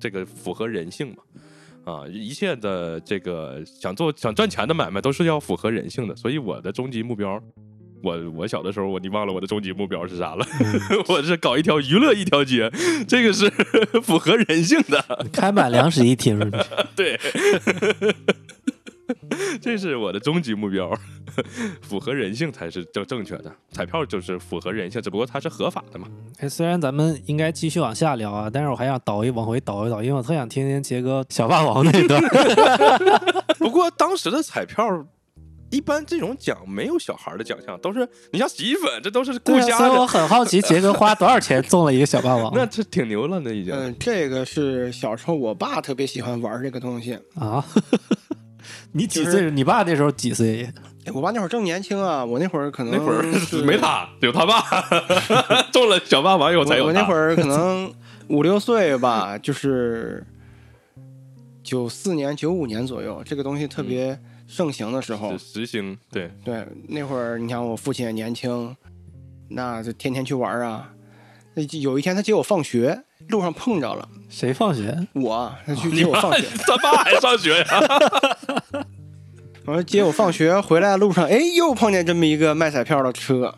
这个符合人性嘛，啊，一切的这个想做想赚钱的买卖都是要符合人性的，所以我的终极目标。我我小的时候，我你忘了我的终极目标是啥了？ [LAUGHS] 我是搞一条娱乐一条街，这个是 [LAUGHS] 符合人性的，
开满两室一厅，
对， [LAUGHS] 这是我的终极目标。符合人性才是正正确的，彩票就是符合人性，只不过它是合法的嘛。
哎，虽然咱们应该继续往下聊啊，但是我还想倒一往回倒一倒，因为我特想听听杰哥小霸王那段。
不过当时的彩票，一般这种奖没有小孩的奖项，都是你像洗衣粉，这都是顾
对啊，
家
所以我
的，
很好奇杰哥花多少钱中了一个小霸王
那这挺牛了，那已经。
嗯，这个是小时候我爸特别喜欢玩这个东西。
啊？你几
就
岁？你爸那时候几岁？
哎我爸那会儿正年轻啊，我那会儿可能
那会儿
嗯是
[LAUGHS] 没他，有他爸 [LAUGHS] 中了小霸王以后才
我
有
我那会
儿
儿可能 [LAUGHS] 五六岁吧，就是九四年、九五年左右，这个东西
嗯
特别盛行的时候。
实行对，
对，那会儿你看我父亲也年轻，那就天天去玩啊。那有一天他接我放学，路上碰着了
谁放学？
我，啊他去
你
接我
爸
放学，
[LAUGHS] 他爸还上学呀？
我说接我放学回来路上，哎，又碰见这么一个卖彩票的车。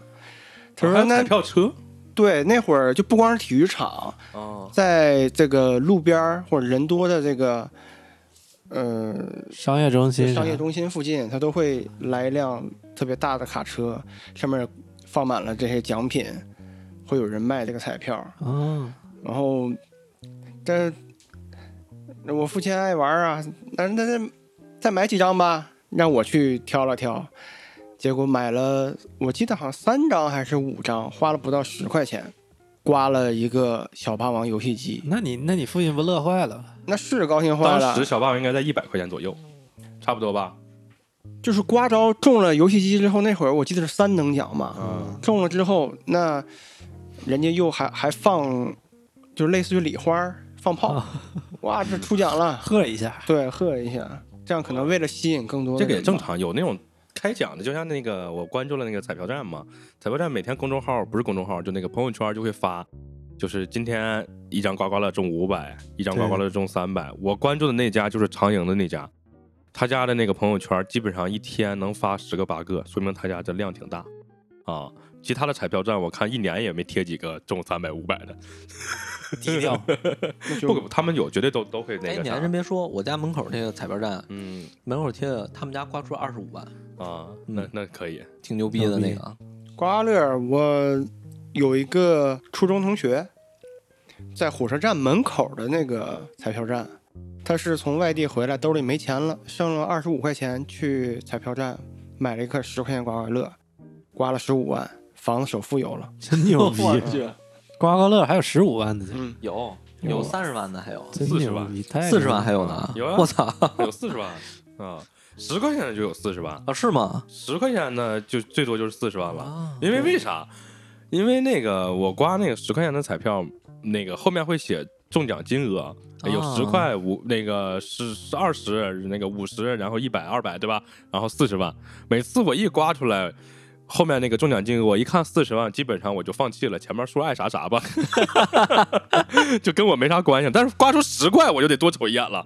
他
哦还
说
有
那
彩票车
对，那会儿就不光是体育场，
哦，
在这个路边儿或者人多的这个呃
商业中心？
商业。中心附近，它都会来一辆特别大的卡车，上面放满了这些奖品，会有人卖这个彩票。
哦，
然后，但是我父亲爱玩啊，那那那再买几张吧，让我去挑了挑，结果买了，我记得好像三张还是五张，花了不到十块钱，刮了一个小霸王游戏机，
那你那你父亲不乐坏了？
嗯那是高兴坏
当
了
时。小霸王应该在一百块钱左右，差不多吧？
就是刮着中了游戏机之后，那会儿我记得是三等奖嘛，
嗯
中了之后，那人家又还还放，就类似于礼花儿放炮，哇，这出奖了。
喝一下，
对，喝一下，这样可能为了吸引更多
这
的人吧。
个也正常，有那种开奖的，就像那个我关注了那个彩票站嘛，彩票站每天公众号不是公众号，就那个朋友圈就会发，就是今天一张刮刮乐中五百，一张刮刮乐中三百。我关注的那家就是长营的那家，他家的那个朋友圈基本上一天能发十个八个，说明他家这量挺大啊。其他的彩票站我看一年也没贴几个中三百五百的，
低调。
那就
不，他们有绝对都都会那
哎，
个
你还
啥
真。别说，我家门口那个彩票站
嗯
门口贴的，他们家刮出二十五万，
啊，那那可以，
挺牛逼的那个。啊
刮刮乐，我有一个初中同学，在火车站门口的那个彩票站，他是从外地回来，兜里没钱了，剩了二十五块钱去彩票站买了一个十块钱刮刮乐，刮了十五万，房子首付有了。
真牛逼！刮刮乐还有十五万的，
嗯，
有有三十万的，还有
真
40
牛
万
逼！太
四十万
牛
还有呢
有啊。
我操
有四十万 [LAUGHS] 啊，十块钱的就有四十万，
啊，是吗？
十块钱的就最多就是四十万了。
啊，
因为为啥？因为那个我刮那个十块钱的彩票，那个后面会写中奖金额，有
啊
十块五，那个是是二十，那个五十，然后一百、二百，对吧？然后四十万，每次我一刮出来。后面那个中奖金额，我一看四十万，基本上我就放弃了。前面说爱啥啥吧， [LAUGHS] 就跟我没啥关系。但是刮出十块，我就得多瞅一眼了。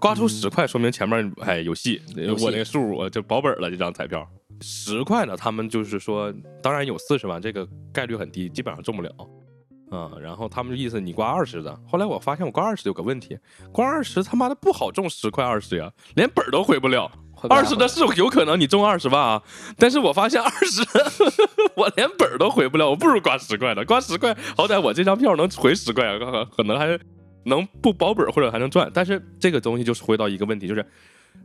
刮出十块，说明前面哎有戏，
戏
我那个数我就保本了这张彩票。十块呢，他们就是说，当然有四十万，这个概率很低，基本上中不了。嗯，然后他们意思你刮二十的，后来我发现我刮二十有个问题，刮二十他妈的不好中十块二十呀，连本儿都回不了。二十的是有可能你中二十万啊，但是我发现二十， [LAUGHS] 我连本儿都回不了，我不如刮十块的，刮十块，好歹我这张票能回十块，啊可可能还能不保本儿或者还能赚。但是这个东西就是回到一个问题，就是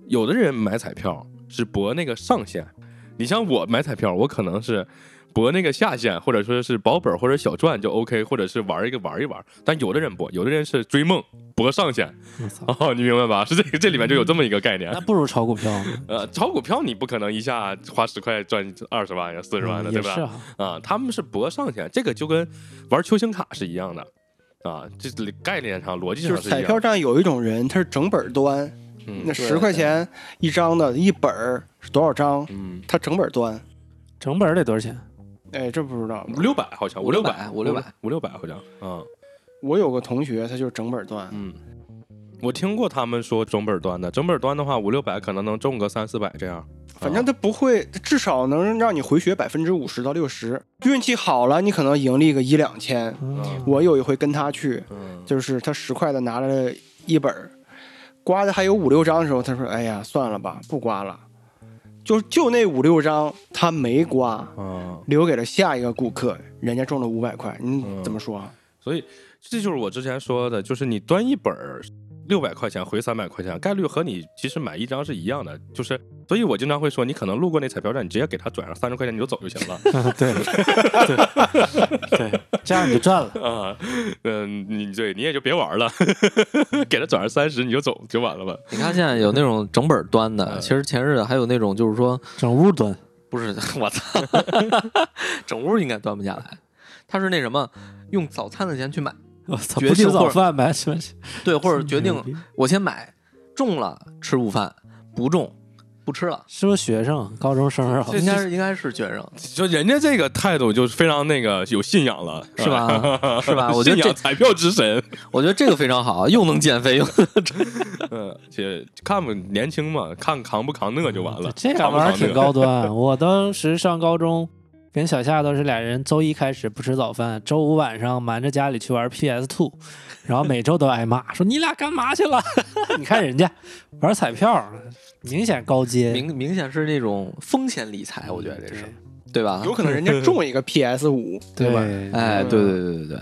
有的人买彩票是博那个上限，你像我买彩票，我可能是。博那个下限，或者说是保本儿或者小赚就 OK，或者是玩一个玩一玩。但有的人不，有的人是追梦博上限。
我操，
哦，你明白吧？是这个这里面就有这么一个概念。
那不如炒股票呢，
呃，炒股票你不可能一下花十块赚二十万呀、四十万的，
嗯
对
也是
吧？
啊，
啊，他们是博上限，这个就跟玩球星卡是一样的。啊，这里概念上、逻辑
就
上
是
一样
彩票上有一种人，他是整本儿端，那
嗯
十块钱一张的，一本儿是多少张？
嗯，
他整本儿端，
成本儿得多少钱？
哎，这不知道。
五六百好像，
五
五六
六
百
百，五六百，
五六百好像。嗯
我有个同学，他就是整本儿端，
嗯，我听过他们说中本端的，中本端的话，五六百可能能中个三四百这样。
反正他不会，至少能让你回血百分之五十到六十。运气好了，你可能盈利个一两千。
嗯
我有一回跟他去，
嗯，
就是他十块的拿了一本儿，刮的还有五六张的时候，他说：“哎呀，算了吧，不刮了。”就就那五六张他没刮，
嗯。
留给了下一个顾客，人家中了五百块，你
嗯
怎么说
[LAUGHS]
啊？
所以这就是我之前说的，就是你端一本六百块钱回三百块钱，概率和你其实买一张是一样的。就是，所以我经常会说，你可能路过那彩票站，你直接给他转上三十块钱你就走就 [LAUGHS] 行了。
对对对，这样你就赚了。
啊，嗯，你对你也就别玩了， [LAUGHS] 给他转上三十你就走就完了吧。
你看现在有那种整本端的，
嗯
其实前日还有那种就是说
[LAUGHS] 整屋蹲，
不是 [LAUGHS] 我操，整屋应该端不下来，他是那什么用早餐的钱去买，
我操，
决
不吃
定
早
或者
饭呗，是不是？
对，或者决定
牛逼
我先买，中了吃午饭，不中不吃了。
[LAUGHS] 是不是学生、高中生啊？
应该是应该是学生，
就人家这个态度就是非常那个有信仰了，[LAUGHS]
是吧？是吧？我觉
信
得
仰
这，
彩票之神，
我觉得这个非常好，又能减肥，又
嗯，且看吧，年轻嘛，看扛不扛那就完了。
嗯这
扛
个
不
玩意儿
扛那
挺高端。啊我当时上高中，跟小夏都是俩人，周一开始不吃早饭，周五晚上瞒着家里去玩 PS Two，然后每周都挨骂，说你俩干嘛去了？ [LAUGHS] 你看人家玩彩票，明显高阶。
明明显是那种风险理财，我觉得这是，对吧？
有可能人家中一个 PS 五，对吧？
吧？
哎，对对对对对，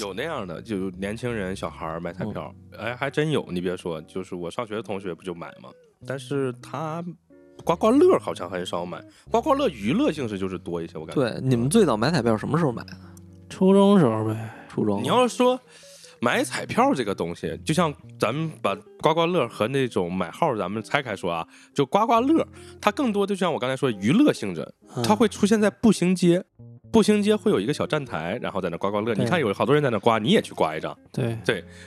有那样的，就年轻人小孩儿买彩
嗯
票，哎，还真有。你别说，就是我上学的同学不就买吗？但是他刮刮乐好像很少买，刮刮乐娱乐性质就是多一些，我感觉。嗯
对，你们最早买彩票什么时候买的？
初中时候呗，
初中。
你要说买彩票这个东西，就像咱们把刮刮乐和那种买号咱们拆开说啊，就刮刮乐，它更多就像我刚才说娱乐性质，
嗯
它会出现在步行街。步行街会有一个小站台，然后在那刮刮乐。
对
你看有好多人在那刮，你也去刮一张。
对，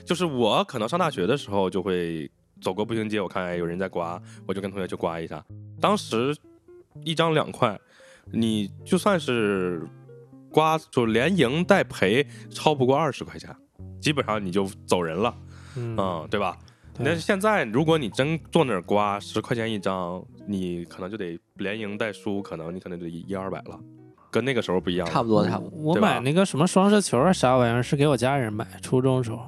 就是我可能上大学的时候就会走过步行街，我看哎有人在刮，我就跟同学去刮一下。当时一张两块，你就算是刮，就连赢带赔，超不过二十块钱，基本上你就走人了，
嗯
嗯，对吧？
对
但是现在，如果你真坐那儿刮十块钱一张，你可能就得连赢带输，可能你可能就一一二百了，跟那个时候不一样了。
差不多，差不多。
我
对吧
买那个什么双色球啊啥玩意儿，是给我家人买，初中时候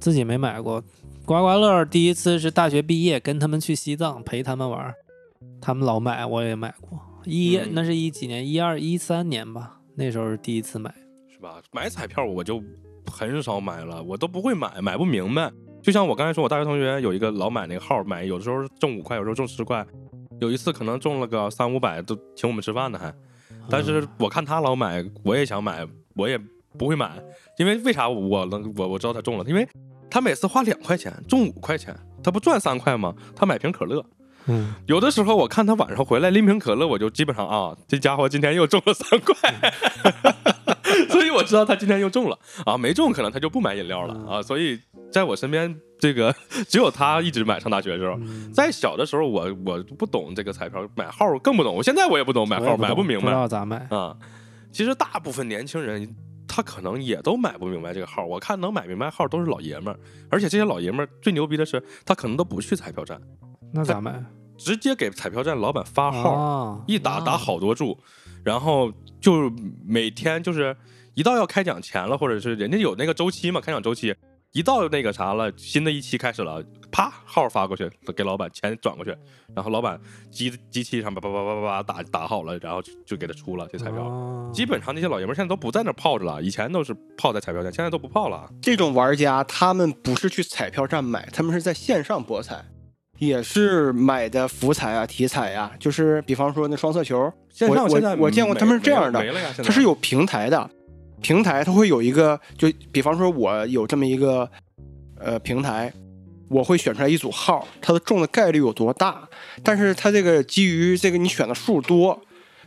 自己没买过。刮刮乐第一次是大学毕业，跟他们去西藏陪他们玩儿，他们老买，我也买过。一、
嗯
那是一几年，一二一三年吧，那时候是第一次买。
是吧？买彩票我就很少买了，我都不会买，买不明白。就像我刚才说，我大学同学有一个老买那个号，买有的时候中五块，有时候中十块，有一次可能中了个三五百，都请我们吃饭呢还。
嗯
但是我看他老买，我也想买，我也不会买，因为为啥我能我我知道他中了，因为他每次花两块钱中五块钱，他不赚三块吗？他买瓶可乐。
嗯，
有的时候我看他晚上回来拎瓶可乐，我就基本上啊，这家伙今天又中了三块， [LAUGHS] 所以我知道他今天又中了啊，没中可能他就不买饮料了
嗯
啊。所以在我身边，这个只有他一直买。上大学的时候，在小的时候我我不懂这个彩票买号，更不懂。我现在我也不懂买
我也
号，买
不懂
明
不知
白
道咋买。
啊。其实大部分年轻人他可能也都买不明白这个号。我看能买明白号都是老爷们儿，而且这些老爷们儿最牛逼的是，他可能都不去彩票站，
那咋买？
直接给彩票站老板发号。
哦，
一打打好多注，然后就每天就是一到要开奖前了，或者是人家有那个周期嘛，开奖周期，一到那个啥了，新的一期开始了，啪号发过去给老板，钱转过去，然后老板机机器上叭叭叭叭叭打打好了，然后就就给他出了这彩票。
哦
基本上那些老爷们儿现在都不在那儿泡着了，以前都是泡在彩票站，现在都不泡了。
这种玩家他们不是去彩票站买，他们是在线上博彩，也是买的福彩啊、体彩啊，就是比方说那双色球，
线上
我
现在
我见过
没
他们是这样的
没了呀，现在
它是有平台的，平台它会有一个，就比方说我有这么一个呃平台，我会选出来一组号，它的中的概率有多大，但是它这个基于这个你选的数多，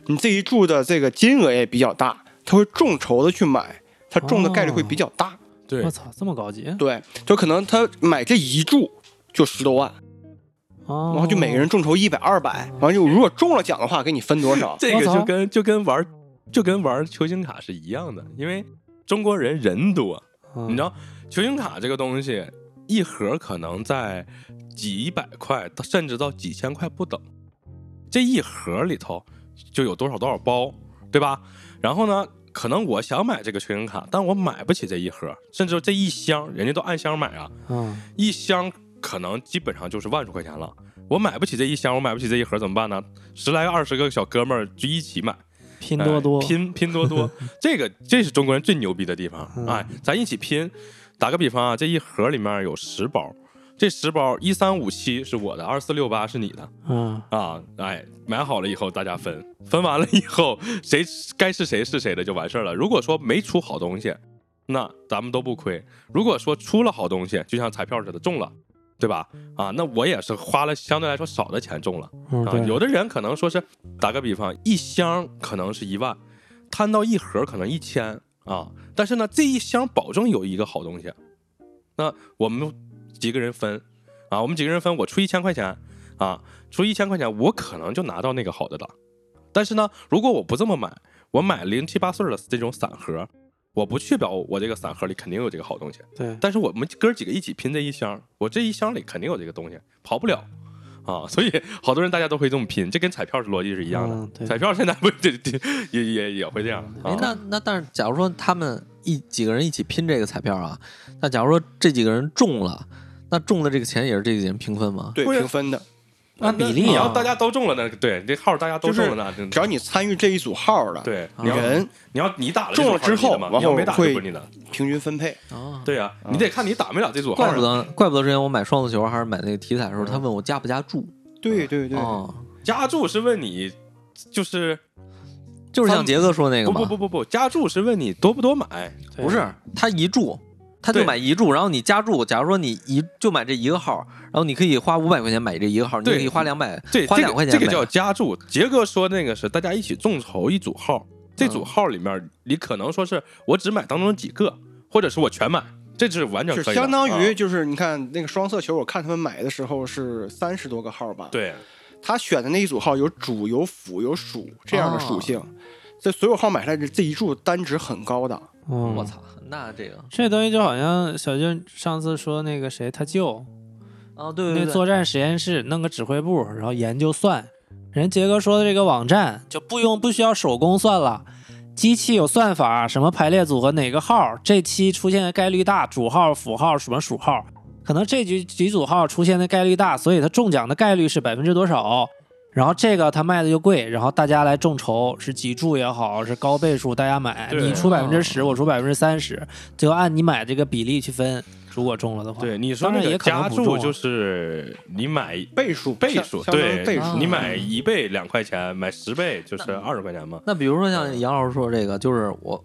你这一注的这个金额也比较大，它会众筹的去买，它中的概率会比较大。
对？
我操，这么高级，
对，就可能他买这一注就十多万，
然哦
然后就每个人众筹一百、二百，完了就如果中了奖的话，给你分多少
[LAUGHS] 这个
我操
就跟就跟玩就跟玩球星卡是一样的，因为中国人人多，
啊嗯
你知道球星卡这个东西一盒可能在几百块，到甚至到几千块不等。这一盒里头就有多少多少包，对吧？然后呢，可能我想买这个球星卡，但我买不起这一盒，甚至这一箱，人家都按箱买啊，
嗯
一箱可能基本上就是万数块钱了。我买不起这一箱，我买不起这一盒怎么办呢？十来个、二十个小哥们儿就一起买，
拼多多
哎拼拼多
[LAUGHS]
多，这个这是中国人最牛逼的地方
嗯。
哎，咱一起拼。打个比方啊，这一盒里面有十包，这十包一三五七是我的，二四六八是你的
嗯
啊。哎，买好了以后大家分，分完了以后谁该是谁是谁的就完事儿了。如果说没出好东西，那咱们都不亏；如果说出了好东西，就像彩票似的中了，对吧？啊，那我也是花了相对来说少的钱中了。
嗯，
啊
对，，
有的人可能说是打个比方，一箱可能是一万，摊到一盒可能一千啊，但是呢，这一箱保证有一个好东西。那我们几个人分啊，我们几个人分，我出一千块钱啊，出一千块钱，我可能就拿到那个好的了。但是呢，如果我不这么买，我买零七八碎儿的这种散盒，我不确保我这个散盒里肯定有这个好东西。
对
但是我们哥几个一起拼这一箱，我这一箱里肯定有这个东西，跑不了啊！ [LAUGHS] 所以好多人大家都会这么拼，这跟彩票是逻辑是一样的。
嗯对
彩票现在不这这也也也会这样
哎
啊？，
那那但是，假如说他们一几个人一起拼这个彩票啊，那假如说这几个人中了，那中的这个钱也是这几个人平分吗？
对，
不是
平分的。
那
按比例啊
你要大家都中了呢？对，这号大家都中了呢？
只要你参与这一组号了，，
对，
啊
你要
人
你要你打了
中了
这组号
之后
你的嘛
然后
你要没打就
会
不是你的。
平均分配。
啊，
对啊，你得看你打没打这组号
哦怪
啊。
不得怪不得之前我买双色球还是买那个体彩的时
嗯
候，他问我加不加注
对对对，
哦，
加注是问你就是
就是像杰哥说那个
不
嘛，
不不不不，加注是问你多不多买。
对
不是他一注。他就
对
买一注，然后你加注。假如说你一就买这一个号，然后你可以花五百块钱买这一个号，你
对
可以花两百，
对，
花
这
两
个
块钱
这个
买
叫加注。杰哥说那个是大家一起众筹一组号，这组
嗯
号里面你可能说是我只买当中几个，或者是我全买，这是完全
就
可以的。
相当于
啊
就是你看那个双色球，我看他们买的时候是三十多个号吧？，
对
他选的那一组号有主、有辅、有属这样的属
哦
性，这所有号买下来这一注单值很高的。
嗯
我操，那这个
这东西就好像小俊上次说那个谁他舅
啊，对对
那
对，
作战实验室弄个指挥部，然后研究算。人杰哥说的这个网站就不用不需要手工算了，机器有算法，什么排列组合哪个号这期出现的概率大，主号、辅号什么属号，可能这几几组号出现的概率大，所以它中奖的概率是百分之多少。然后这个它卖的就贵，然后大家来众筹，是几注也好，是高倍数大家买，
对嗯
你出百分之十，我出百分之三十，就按你买这个比例去分。如果中了的话，
对，你说
当
那
然
个
也可能
加
不中
注
啊
就是你买。
倍数
倍数
相相当于
对，
倍
啊
数，
你
嗯
买一倍两块钱，买十倍就是二十块钱嘛。
那比如说像杨老师说这个，就是我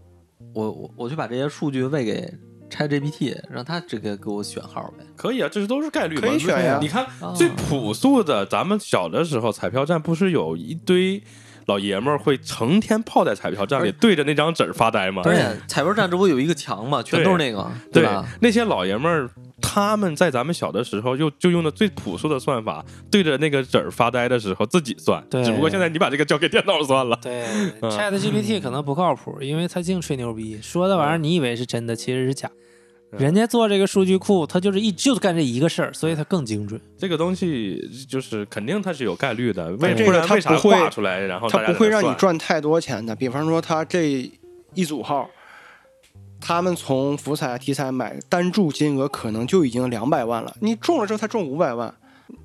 我我我去把这些数据喂给 ChatGPT，让他直接给我选号呗。
可以啊，这是都是概率嘛。
可以选呀
嗯
你看
哦
最朴素的，咱们小的时候彩票站不是有一堆老爷们儿会成天泡在彩票站里，对着那张纸儿发呆吗？
而且彩票站这不有一个墙嘛，全都是那个，
哎对
吧？
那些老爷们儿，他们在咱们小的时候就就用的最朴素的算法，对着那个纸儿发呆的时候自己算。
对
只不过现在你把这个交给电脑算了。
[LAUGHS]
对，Chat GPT 可能不靠谱，因为它净吹牛逼，说的玩意
嗯
儿你以为是真的，其实是假。人家做这个数据库，他就是一就干这一个事儿，所以它更精
[LAUGHS]
准。
嗯
这个东西就是肯定它是有概率的，为
对
不然
这个它
为啥
不会
画出来，然后
它
大家
不会
在那
让你
算
赚太多钱的。比方说，他这一组号，他们从福彩、体彩买单注金额可能就已经两百万了，你中了之后他中五百万，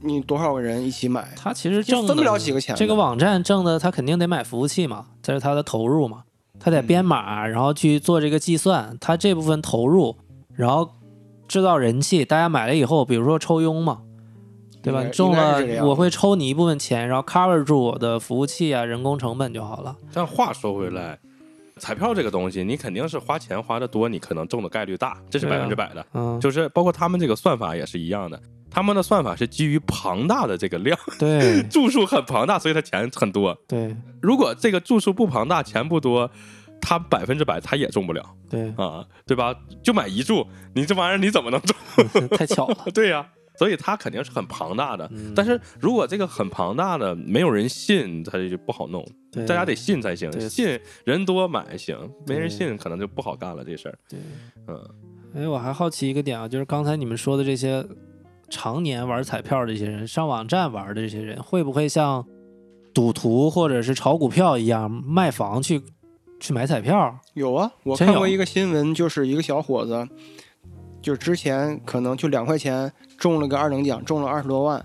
你多少个人一起买？
它其实
就
挣
分不
的
了几个钱的。
这个网站挣的，它肯定得买服务器嘛，这是它的投入嘛，它得
嗯
编码，然后去做这个计算，它这部分投入，然后制造人气，大家买了以后，比如说抽佣嘛，对吧？
应该
你中
应该
了
是这，样
我会抽你一部分钱，然后 cover 住我的服务器啊、人工成本就好了。
但话说回来，彩票这个东西，你肯定是花钱花的多，你可能中的概率大，这是
对
百
啊
分之百的。
嗯，
就是包括他们这个算法也是一样的，他们的算法是基于庞大的这个量， [LAUGHS]
对
注数很庞大，所以他钱很多。
对
如果这个注数不庞大，钱不多。他百分之百他也中不了，
对
[LAUGHS] 啊，对吧？就买一注，你这玩意儿你怎么能中？ [LAUGHS]
太巧了。
对呀、所以它肯定是很庞大的。
[LAUGHS] 嗯
但是如果这个很庞大的没有人信，它就不好弄。
对
大家得信才行，
对
信人多买行，没
对
人信可能就不好干了这事儿。
对，
嗯，
哎，我还好奇一个点啊，就是刚才你们说的这些常年玩彩票的这些人，上网站玩的这些人，会不会像赌徒或者是炒股票一样卖房去去买彩票？
有啊，我
真
看
有
过一个新闻，就是一个小伙子，就之前可能就两块钱中了个二等奖，中了二十多万，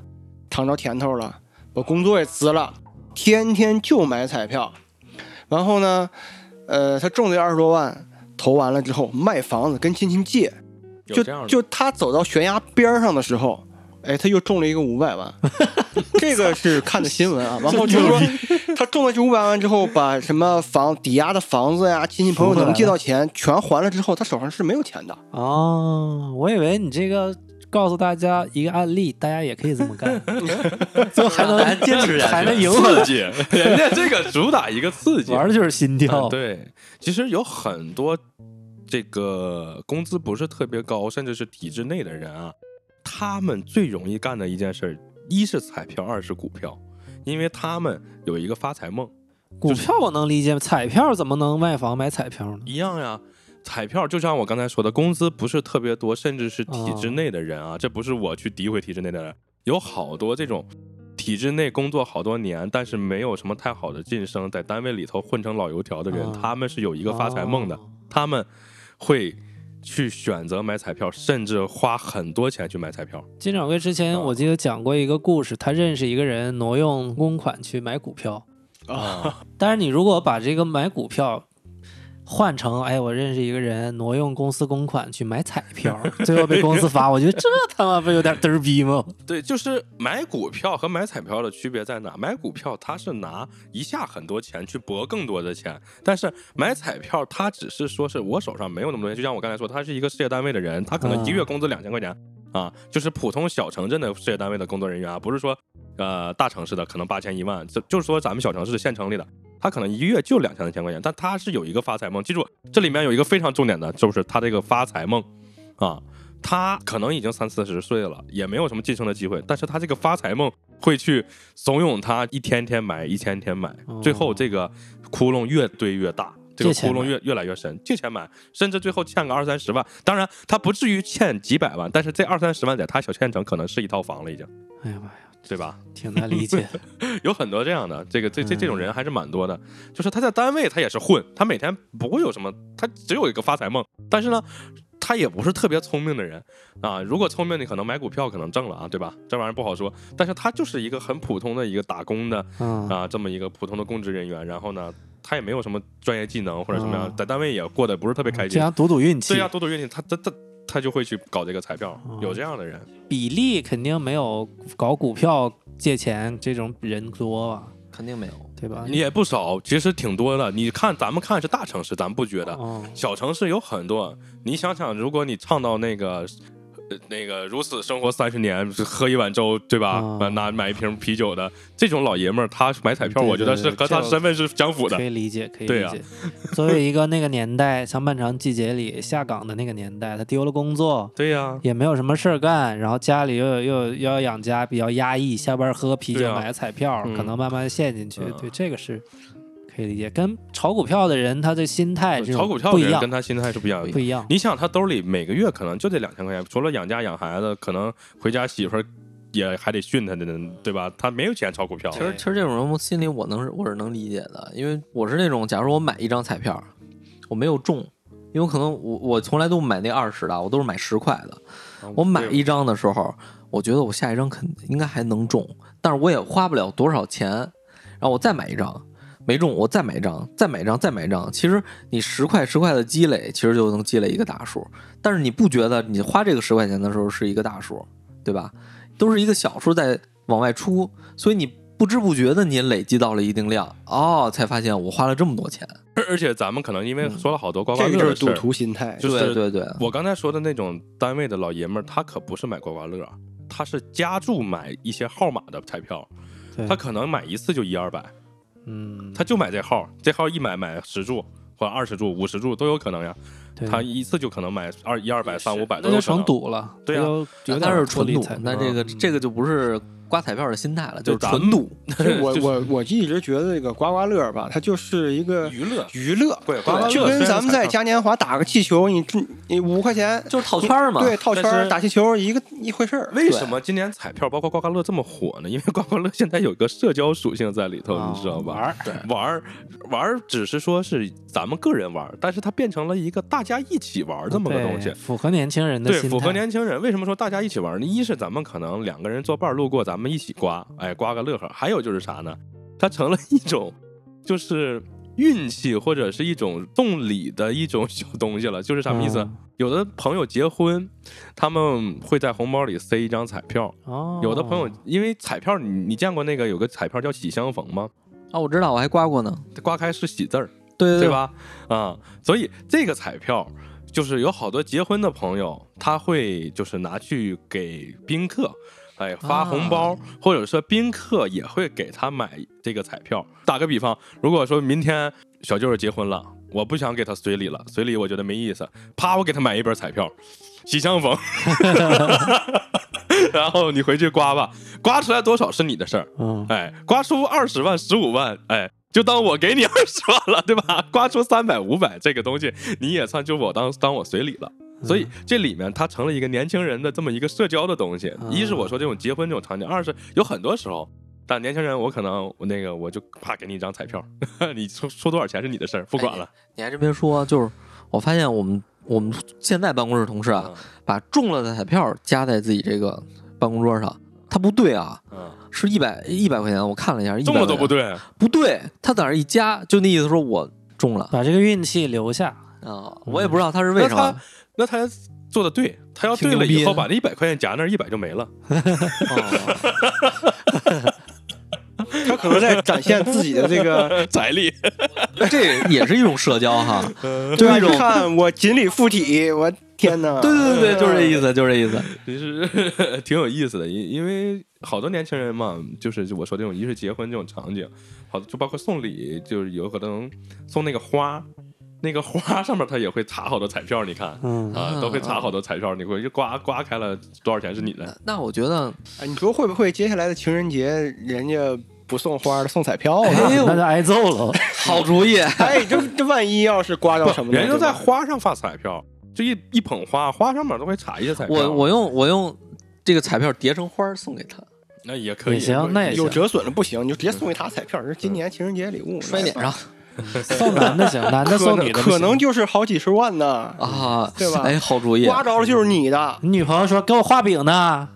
尝着甜头了，我工作也辞了，天天就买彩票。然后呢，呃，他中这二十多万，投完了之后卖房子，跟亲戚借，
有
就
这样的
就他走到悬崖边儿上的时候，哎，他又中了一个五百
[LAUGHS]
万，这个是看的新闻啊。然后就说他中了这五百万之后，把什么房抵押的房子呀、亲戚朋友能借到钱全还了之后，他手上是没有钱的。
哦，我以为你这个告诉大家一个案例，大家也可以这
[LAUGHS]
么干，最后还能
还坚持下去
还能赢回
刺
来，
激， [LAUGHS] 人家这个主打一个刺激。
玩的就是心跳。
嗯对，其实有很多这个工资不是特别高，甚至是体制内的人啊，他们最容易干的一件事儿，一是彩票，二是股票，因为他们有一个发财梦。
股票我能理解，彩票怎么能卖房买彩票呢？
一样呀。彩票就像我刚才说的，工资不是特别多，甚至是体制内的人啊，这不是我去诋毁体制内的人，有好多这种体制内工作好多年，但是没有什么太好的晋升，在单位里头混成老油条的人，
啊
他们是有一个发财梦的，
哦
他们会去选择买彩票，甚至花很多钱去买彩票。
金掌柜之前
啊
我记得讲过一个故事，他认识一个人挪用公款去买股票
啊。
但是你如果把这个买股票换成，哎，我认识一个人挪用公司公款去买彩票，
[LAUGHS]
最后被公司罚，我觉得这他妈不有点嘚儿逼吗？
对，就是买股票和买彩票的区别在哪？买股票它是拿一下很多钱去博更多的钱，但是买彩票它只是说是我手上没有那么多钱，就像我刚才说，他是一个事业单位的人，他可能一个月工资两千块钱啊，就是普通小城镇的事业单位的工作人员啊，不是说呃大城市的可能八千一万，就就是说咱们小城市县城里的。他可能一个月就两三千块钱，但他是有一个发财梦。记住，这里面有一个非常重点的，就是他这个发财梦，啊，他可能已经三四十岁了，也没有什么晋升的机会，但是他这个发财梦会去怂恿他一天天买，一天天买，
哦
最后这个窟窿越堆越大。这个
借钱
窟窿
买
越越来越深，借钱买，甚至最后欠个二三十万。当然，他不至于欠几百万，但是这二三十万在他小县城可能是一套房了，已经，
哎呀妈呀，
对吧？
挺难
[LAUGHS]
理解的。
有很多这样的，这个这这
嗯
这种人还是蛮多的。就是他在单位他也是混，他每天不会有什么，他只有一个发财梦。但是呢，他也不是特别聪明的人啊。如果聪明，你可能买股票可能挣了啊，对吧？这玩意儿不好说。但是他就是一个很普通的一个打工的
嗯，
啊，这么一个普通的公职人员。然后呢，他也没有什么专业技能或者什么样
嗯，
在单位也过得不是特别开
这
心。
样赌赌运气
对呀，，啊赌赌运气，他他他他就会去搞这个彩票
哦，
有这样的人。
比例肯定没有搞股票借钱这种人多吧，
肯定没有。
对吧？
也不少，其实挺多的。你看，咱们看是大城市，咱们不觉得，
哦，
小城市有很多，你想想，如果你唱到那个呃那个如此生活三十年，喝一碗粥，对吧
啊？
买拿买一瓶啤酒的这种老爷们儿，他买彩票，
对
我觉得是
对对
和他
这
身份是相符的
可。以理解，可以
对
理
啊
解。作为一个那个年代，像《漫长季节》里下岗的那个年代，他丢了工作，
对呀，
也没有什么事儿干，然后家里又有又有又要养家，比较压抑，下班喝啤
对
酒、
啊
买彩票，
嗯
可能慢慢陷进去。
嗯
对，这个是可以理解。跟炒股票的人，他的心态这种
炒股票
不
的
一
人
样
跟，他心态是不一样的
不。一样。
你想，他兜里每个月可能就这两千块钱，除了养家养孩子，可能回家媳妇儿也还得训他的呢，对吧？他没有钱炒股票
其，实其实这种人我心里我能我是能理解的，因为我是那种，假如我买一张彩票，我没有中，因为可能我我从来都不买那二十的，我都是买十块的。我买一张的时候，我觉得我下一张肯应该还能中，但是我也花不了多少钱，然后我再买一张。没中，我再买一张，再买一张，再买一张。其实你十块十块的积累，其实就能积累一个大数。但是你不觉得你花这个十块钱的时候是一个大数，对吧？都是一个小数在往外出，所以你不知不觉的你累积到了一定量，哦，才发现我花了这么多钱。
而而且咱们可能因为说了好多刮刮
这个
乐
就是
的事
赌
儿，
徒心态，
就是
对对
嗯
对，
我刚才说的那种单位的老爷们儿，他可不是买刮刮乐，他是加注买一些号码的彩票，
对
他可能买一次就一二百，
嗯，
他就买这号，这号一买买十注或二十注、五十注都有可能呀，
对
他一次就可能买二一二百、三五百都
那
有
就
可
成
能。
赌了，
对啊
这就有
但
点
是
脱
纯
离
赌
彩，
那
票
这个
嗯
这个就不是刮彩票的心态了，就是
咱们
纯赌。
其实我
就是
我我一直觉得这个刮刮乐吧，它就是一个
娱乐，
娱乐，
对刮刮乐
就
虽
跟
然
咱们
彩
在
票
嘉年华打个气球，你你五块钱
就是套圈儿嘛，
对，套圈
但
儿
是
打气球一个一回事儿。
为什么今年彩票包括刮刮乐这么火呢？因为刮 [LAUGHS] 刮乐现在有个社交属性在里头，
啊
你知道吧？
玩儿
玩儿玩儿只是说是咱们个人玩儿，但是它变成了一个大家一起玩儿这么个
哦对
东西。
符合年轻人的
对
心，态，
符合年轻人。为什么说大家一起玩呢？一是咱们可能两个人作伴儿路过，咱们一起刮，哎，刮个乐呵。还有就是啥呢？它成了一种，就是运气或者是一种动理的一种小东西了。就是啥意思？
嗯
有的朋友结婚，他们会在红包里塞一张彩票。
哦，
有的朋友因为彩票，你你见过那个有个彩票叫喜相逢吗？
啊，我知道，我还刮过呢，
刮开是喜字儿。
对对
对？吧？啊、所以这个彩票就是有好多结婚的朋友，他会就是拿去给宾客，哎
啊
发红包，或者说宾客也会给他买这个彩票。打个比方，如果说明天小舅儿结婚了，我不想给他随礼了，随礼我觉得没意思，啪，我给他买一本彩票，喜相逢， [LAUGHS] 然后你回去刮吧，刮出来多少是你的事儿。
嗯，
哎，刮出二十万、十五万，哎，就当我给你二十万了，对吧？ [LAUGHS] 刮出三百、五百这个东西，你也算就我当当我随礼了。
嗯
所以这里面它成了一个年轻人的这么一个社交的东西。
嗯
一是我说这种结婚这种场景，二是有很多时候，但年轻人我可能我那个我就啪给你一张彩票， [LAUGHS] 你出出多少钱是你的事儿，不管了。
你还真别说，就是我发现我们我们现在办公室同事
嗯
啊，把中了的彩票加在自己这个办公桌上，他不对啊，
嗯，
是一百一百块钱，我看了一下，
中了都不
100块钱，
对，
不对，他在那儿一加，就那意思说我中了
把这个运气留下，
啊，我也不知道他是为什么
那，那他做的对，他要对了以后把那一百块钱夹那儿，一百就没
[LAUGHS]
了。
哦
他可能在展现自己的这个，
财力，
这也是一种社交哈，
对吧？
一种
你看我锦鲤附体，我天哪！
对对对，就是这意思，就是这意思。
就是 [LAUGHS] 挺有意思的，因因为好多年轻人嘛，就是我说这种一是结婚这种场景，好就包括送礼，就是有可能送那个花，那个花上面他也会插好多彩票，你看。
嗯，
啊，都会插好多彩票，你会就刮刮开了多少钱是你的？
那我觉得，
哎你说会不会接下来的情人节人家不送花了，送彩票
哎
呢？
[LAUGHS]
呦
那，就挨揍了。
好主意，
哎，这这万一要是刮到什么呢？
人家都在
对吧
花上发彩票，就一一捧花，花上面都会插一些彩票。
我我用我用这个彩票叠成花儿送给他，
那也可以
也行那也
有折损了不行，你就直接送给他彩票，这是今年情人节礼物，
摔脸上
送男 [LAUGHS] 的行，男的
可
送女
能
的不行
可能就是好几十万呢，
啊，
对吧
哎，好主意，
刮着了就是你的，
你女朋友说给我画饼 [LAUGHS] 呢，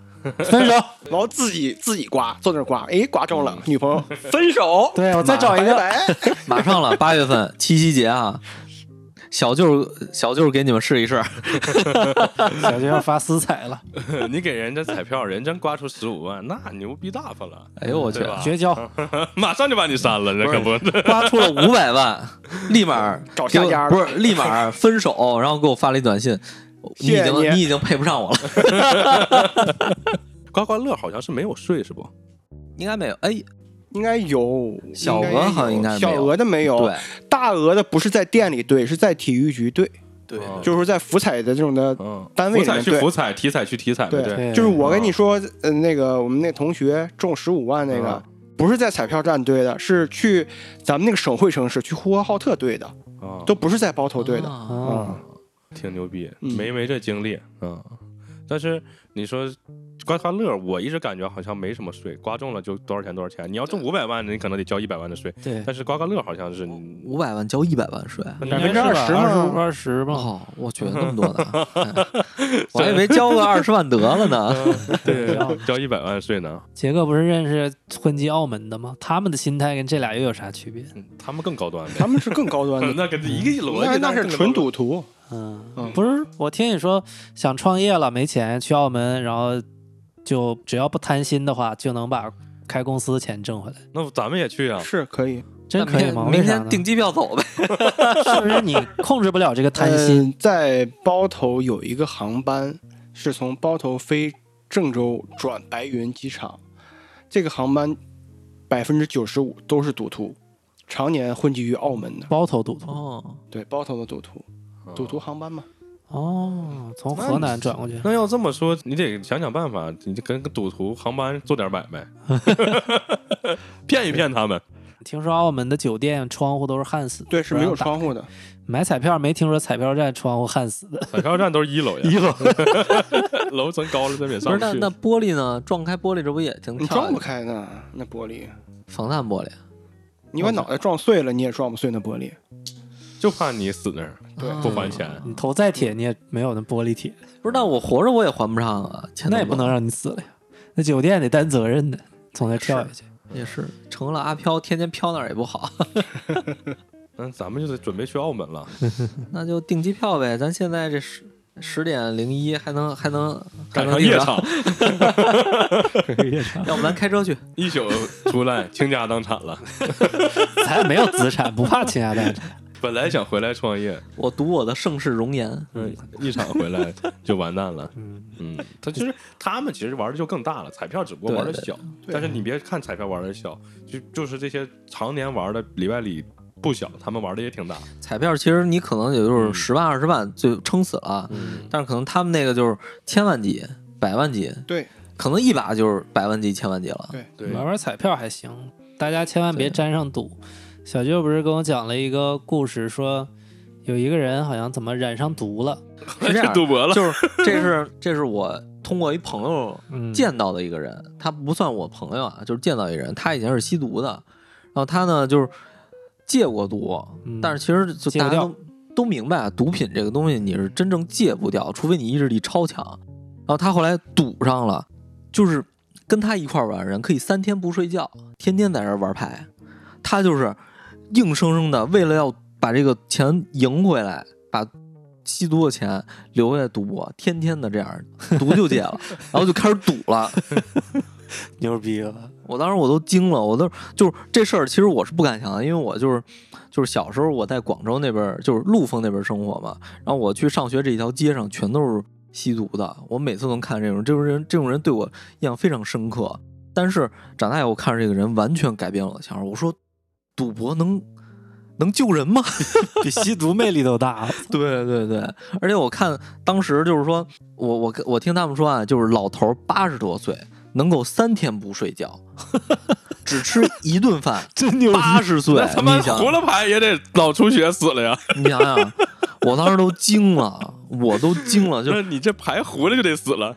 分手。，
然后自己自己刮，坐那儿刮，哎，刮中了，女朋友分手
对我再找一
拜
个， [LAUGHS]
拜。
马上了，八月份七夕节啊，小舅小舅给你们试一
[LAUGHS]
试，
小舅要发私财了，
[LAUGHS] 你给人家彩票，人真刮出十五万，那牛逼大发了，
哎呦我去
对，吧？
绝交。
[LAUGHS] 马上就把你删了，这可不。
刮出了五百万，立马
找
给
下
我
家了
不是立马分手，然后给我发了一短信，你已
谢谢
经
你
你已经配不上我了， [LAUGHS]
刮刮乐好像是没有税是不？
应该没有。哎，
应该有
小额好像应该没有
小额的没有，
对，
大额的不是在店里兑，是在体育局兑，
对
哦
就是在福彩的这种的
嗯，
单位
福
里
彩
面
去
兑
福。彩，体彩去体彩，
对
对，
就是我跟你说，呃，那个我们那同学中十五万那个
嗯，
不是在彩票站兑的，是去咱们那个省会城市，去呼和浩特兑的，
啊，
都不是在包头兑
哦
的。
啊
啊
啊，
挺牛逼，
嗯
没没这经历，嗯。但是你说刮刮乐，我一直感觉好像没什么税，刮中了就多少钱多少钱。你要中五百万的，你可能得交一百万的税，
对，
但是刮刮乐好像是
哦
你
五百万交一百万税。啊
百分之二十
二
嘛
十二十
嗯
吧，
哦，我去，那么多
[LAUGHS]
呢，哎我还以为交个二十万得了呢。
对 [LAUGHS] 交一百万税呢。
杰哥不是认识混迹澳门的吗？他们的心态跟这俩又有啥区别？
嗯他们更高端 [LAUGHS]
他们是更高端的，
那跟一个逻
那
辑，
那是
更高
纯
端。
赌徒。
嗯
嗯，
不是，我听你说想创业了没钱去澳门，然后就只要不贪心的话，就能把开公司的钱挣回来，
那咱们也去啊，
是可以
真可以吗？
明
为啥
天
呢
订机票走呗。
啊是不是你控制不了这个贪心？
呃在包头有一个航班是从包头飞郑州转白云机场，这个航班百分之九十五都是赌徒，常年混迹于澳门的，
包头赌徒
哦，
对包头的赌徒，
嗯
赌徒航班嘛。
哦，从河南转过去，
那要这么说，你得想想办法，你就跟个赌徒航班做点买
[LAUGHS]
卖，骗一骗他们。
听说澳门的酒店窗户都是焊死的，
对，是
不
没
让
有
打
窗户的。
买彩票没听说彩票站窗户焊死的，
彩票站都是 [LAUGHS] 一楼呀，一楼楼层高了，咱们也
不
上不
是那
去。
那玻璃呢？撞开玻璃这不也挺
你
漂
撞
亮
不
的？
开呢，那玻璃，
防弹玻璃。
你把脑袋撞碎了，你也撞不碎那玻璃。
就怕你死那儿，
对
不还钱。
你头再铁你也没有那玻璃铁，
不是，那我活着我也还不上啊，钱
那也
怎么
不能让你死了呀。那酒店得担责任的，从那跳下去。
办也是成了阿飘，天天飘那儿也不好， [LAUGHS]
那咱们就得准备去澳门了，
那就订机票呗。咱现在这十十点零一还能还能还
赶
能
上
订
夜
着，
场，
要不咱开车去？
一宿出来倾家荡产了。
咱也没有资产，不怕倾家荡产。
本来想回来创业，
我赌我的盛世容颜。
嗯，一场回来就完蛋了。嗯，他其实他们其实玩的就更大了，彩票只不过玩的小。
对
但是你别看彩票玩的小，就就是这些常年玩的里外里不小，他们玩的也挺大。
彩票其实你可能也就是
嗯
十万二十万就撑死了，
嗯，
但是可能他们那个就是千万级、百万级，
对
可能一把就是百万级、千万级了。
对，
对， [LAUGHS]
玩玩彩票还行，大家千万别
对
沾上赌。小舅不是跟我讲了一个故事，说有一个人好像怎么染上毒了，
是这样，
赌博了。
就是这是这是我通过一朋友
嗯，
见到的一个人，他不算我朋友啊，就是见到一个人，他以前是吸毒的，然后他呢就是戒过毒，
嗯
但是其实就
戒
大
不
家
掉
都都明白啊，毒品这个东西你是真正戒不掉，除非你意志力超强。然后他后来赌上了，就是跟他一块儿玩的人可以三天不睡觉，天天在这儿玩牌，他就是硬生生的为了要把这个钱赢回来，把吸毒的钱留下来赌博，天天的这样毒就戒了，然后就开始赌了。
牛逼了，
我当时我都惊了，我都就是这事儿，其实我是不敢想的，因为我就是就是小时候我在广州那边儿，就是陆丰那边儿生活嘛，然后我去上学这一条街上全都是吸毒的，我每次都能看这种这种人，这种人对我印象非常深刻。但是长大以后，我看着这个人完全改变了我的想法，我说赌博能能救人吗？
比吸毒魅力都大。
[LAUGHS]
对对对，而且我看当时就是说，我我跟我听他们说啊，就是老头八十多岁，能够三天不
[LAUGHS]
睡觉，只吃一顿饭，真牛！八十岁，
那他妈
你想
胡了牌也得脑出血死了呀！
你想想，我当时都惊了，我都惊了，就
那你这牌胡了就得死了。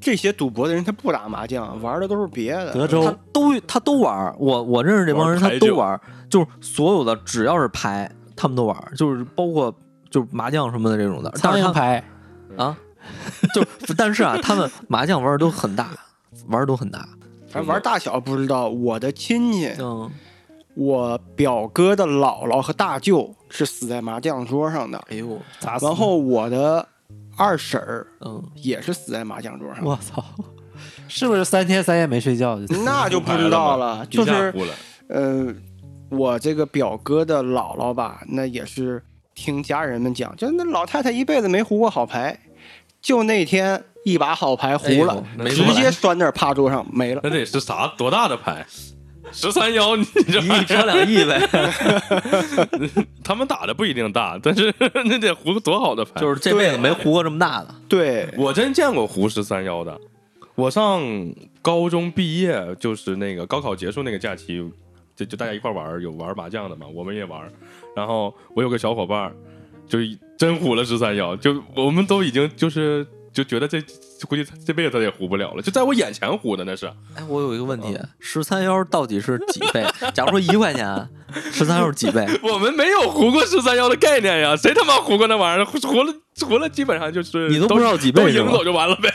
这些赌博的人他不打麻将，玩的都是别的。
德州
他都他都玩儿，我我认识这帮人，
玩
他
牌
都
九
玩儿，就是所有的只要是牌，他们都玩儿，就是包括就是麻将什么的这种的，但
苍
是他
蝇 [LAUGHS]
们
牌，
啊，就是但是啊，他们麻将玩的都很大，玩的都很大，
反正玩大小不知道。我的亲戚，
嗯。
我表哥的姥姥和大舅是死在麻将桌上的，
哎呦，
砸死。
然后我的二婶儿
[LAUGHS] 嗯，
也是死在麻将桌上。
我操，是不是三天三夜没睡觉就？
[LAUGHS] 那就不知道了，就
一下
是
胡了，
呃，我这个表哥的姥姥吧，那也是听家人们讲，就那老太太一辈子没胡过好牌，就那天一把好牌胡了，
哎呦没
直
过来
接拴那儿趴桌上
[LAUGHS]
没了。
那得是啥多大的牌？十三幺，你这
一亿折两亿呗，
[LAUGHS]
[LAUGHS]
他们打的不一定大，但是 [LAUGHS] 那得胡个多好的牌。
就是这辈子没胡过这么大
啊
的。
对，
我真见过胡十三幺的。我上高中毕业，就是那个高考结束那个假期，就就大家一块玩儿，有玩麻将的嘛，我们也玩儿。然后我有个小伙伴儿，就真胡了十三幺，就我们都已经就是就觉得这估计他这辈子他也胡不了了，就在我眼前胡的那是。
哎，我有一个问
嗯
题，十三幺到底是几倍？假如说一块钱，十三幺是几倍？
我们没有胡过十三幺的概念呀，谁他妈胡过那玩意儿？胡了胡了，基本上
呃
就是
你都不知道几
都
倍是
赢
吗？
走就完了呗，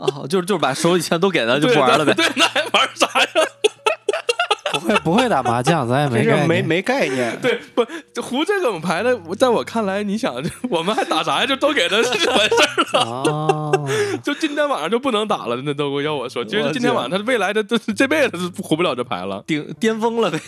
啊，就是就是把手里钱都给他就不玩了呗。
对， [LAUGHS] 对那还玩啥呀？
不会不会打麻将，咱也
[LAUGHS] 这
没
事
概
没
念。
没概念。
对，不，这胡这种牌的，我在我看来，你想，这我们还打啥呀？就都给他完事儿了，
哦，
就今天晚上就不能打了。那都要我说，其
我
实
去
今天晚上他未来的这这辈子是胡不了这牌了。
顶巅峰了呗，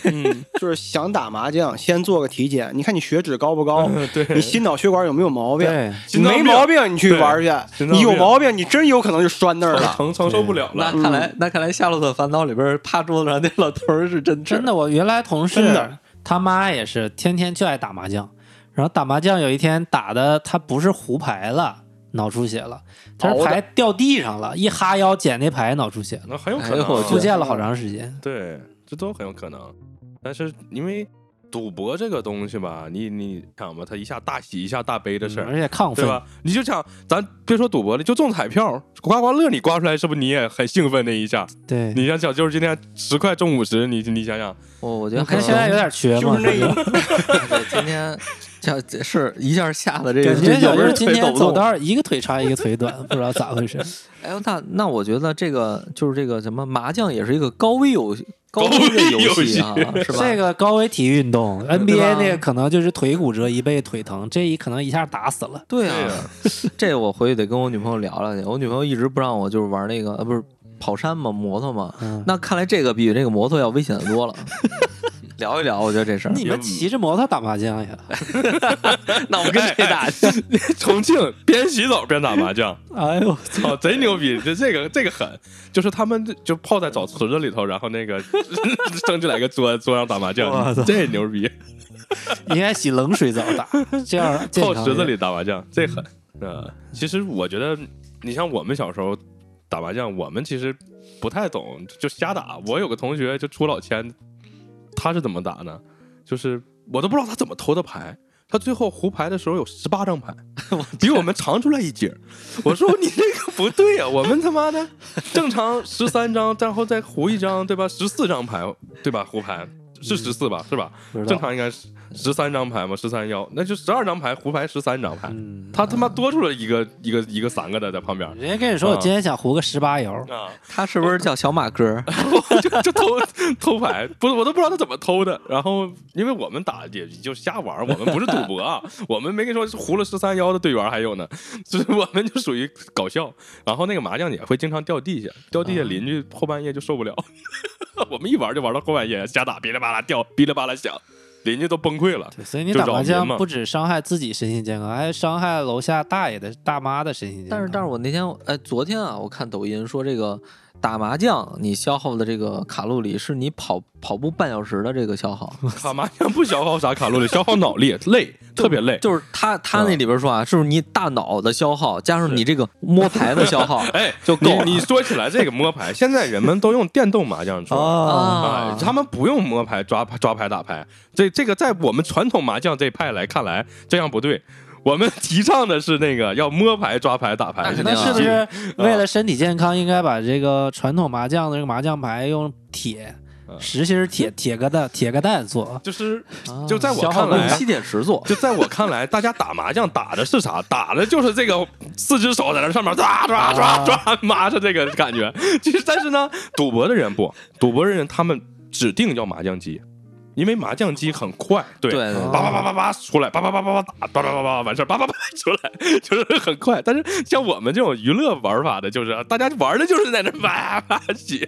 就是想打麻将，先做个体检，你看你血脂高不高，
对
你心脑血管有没有毛病？
对，
心脏
没
病
毛病，你去玩去。
心脏病
你有毛病，你真有可能就拴
啊
[LAUGHS]
那儿了。
啊承承受不了
那
了。
看
嗯
来那看来《夏洛特烦恼》里边趴桌子上那老头儿是真
真的，我原来同
真
事
的
他妈也是天天就爱打麻将，然后打麻将有一天打的他不是胡牌了，脑出血了，他是
熬的
牌掉地上了，一哈腰捡那牌脑出血了，
那很有可能
哎呦我
啊，
去
住院了好长时间。
对，这都很有可能。但是因为赌博这个东西吧，你你想吧，他一下大喜一下大悲的事
嗯而
儿。
且亢
对
奋，
吧？你就想，咱别说赌博了，就中彩票，刮刮乐，你刮出来是不是你也很兴奋那一下？
对，
你想想，就是今天十块中五十，你你想想，
我我觉
我
得还
看现在有点缺嘛，
就是那一
对今天 [LAUGHS] 这这是一下吓得这个
感觉
这
有
有
人
人
今
腿抖
天
不
走
动
道儿一个腿长一个腿短，不知道咋回事。
哎呦，那那我觉得这个就是这个什么麻将也是一个高危游高危的游戏啊，是吧？
这个高危体育运动
对
，NBA
吧
那个可能就是腿骨折一辈腿疼，这一可能一下打死了。
对
对
啊
啊，
[LAUGHS] 这我回去得跟我女朋友聊聊去。我女朋友一直不让我就是玩那个呃不是跑山嘛摩托嘛，
嗯
那看来这个比那个摩托要危险的多了。 [LAUGHS] 聊一聊，我觉得这事儿。 [LAUGHS]
你们骑着摩托打麻将呀？
那我们跟谁打去？
重庆边洗澡边打麻将，
哎呦，
操，贼牛逼！这这个这个狠，就是他们就泡在澡池子里头，然后那个 [LAUGHS] 升起来个桌桌上打麻
我
将
操，
这牛逼！
应该洗冷水澡打，这样健
泡
康
池
一
子
点
里打麻将，这狠。呃，其实我觉得，你像我们小时候打麻将，我们其实不太懂，就瞎打。我有个同学就出老千，他是怎么打呢？就是我都不知道他怎么偷的牌。他最后胡牌的时候有十八张
[LAUGHS]
牌，比我们长出来一截儿。我说你这个不对啊，我们他妈的正常十三张，然后再胡一张，对吧？十四张牌，对吧？胡牌是十四吧？是吧？
不知道
正常应该是十三张牌嘛，十三幺，那就十二张牌，胡牌十三张牌，
嗯，
他他妈多出了一个一个一个三个的在旁边
人家跟你说，我今天想胡个十八摇，
啊，
[LAUGHS] 他是不是叫小马哥？
[LAUGHS] 就就偷偷牌，不是我都不知道他怎么偷的。然后因为我们打也就瞎玩，我们不是赌博啊， [LAUGHS] 我们没跟你说是胡了十三幺的队员还有呢， [LAUGHS] 就是我们就属于搞笑。然后那个麻将也会经常掉地下，掉地下邻居后半夜就受不了， [LAUGHS] 我们一玩就玩到后半夜，瞎打噼里啪啦掉，噼里啪啦响，邻居都崩溃了。
对，所以你
就
打
扰
麻
民
将
嘛
不止伤害自己身心健康，还伤害楼下大爷的大妈的身心健康。
但是但是我那天哎昨天啊，我看抖音说这个打麻将你消耗的这个卡路里是你跑跑步半小时的这个消耗。
打麻将不消耗啥卡路里，消耗脑力，累，特别累。
就是他他那里边说啊，是不是你大脑的消耗加上你这个摸牌的消耗
哎，
就够了
[LAUGHS] 你你说起来这个摸牌，现在人们都用电动麻将桌。
哦，
啊，他们不用摸牌抓抓牌打牌，这这个在我们传统麻将这派来看来，这样不对。我们提倡的是那个要摸牌抓牌打牌，
那肯定
那
啊
是不是为了身体健康，应该把这个传统麻将的这个麻将牌用铁
嗯
实心儿铁铁个蛋铁个蛋做？
就是
啊
就在我
消耗
看来
用七点十做，
就在我看来，大家打麻将打的是啥？打的就是这个四只手在那上面抓抓抓抓，麻着这个感觉。其实，但是呢，赌博的人不，赌博的人他们指定要麻将机，因为麻将机很快，对。
对
啊
对对
叭叭叭叭叭出来，叭叭叭叭叭打，叭叭叭叭完事儿，叭叭叭出来， [LAUGHS] 就是很快。但是像我们这种娱乐玩法的，就是大家玩的就是在那叭叭起，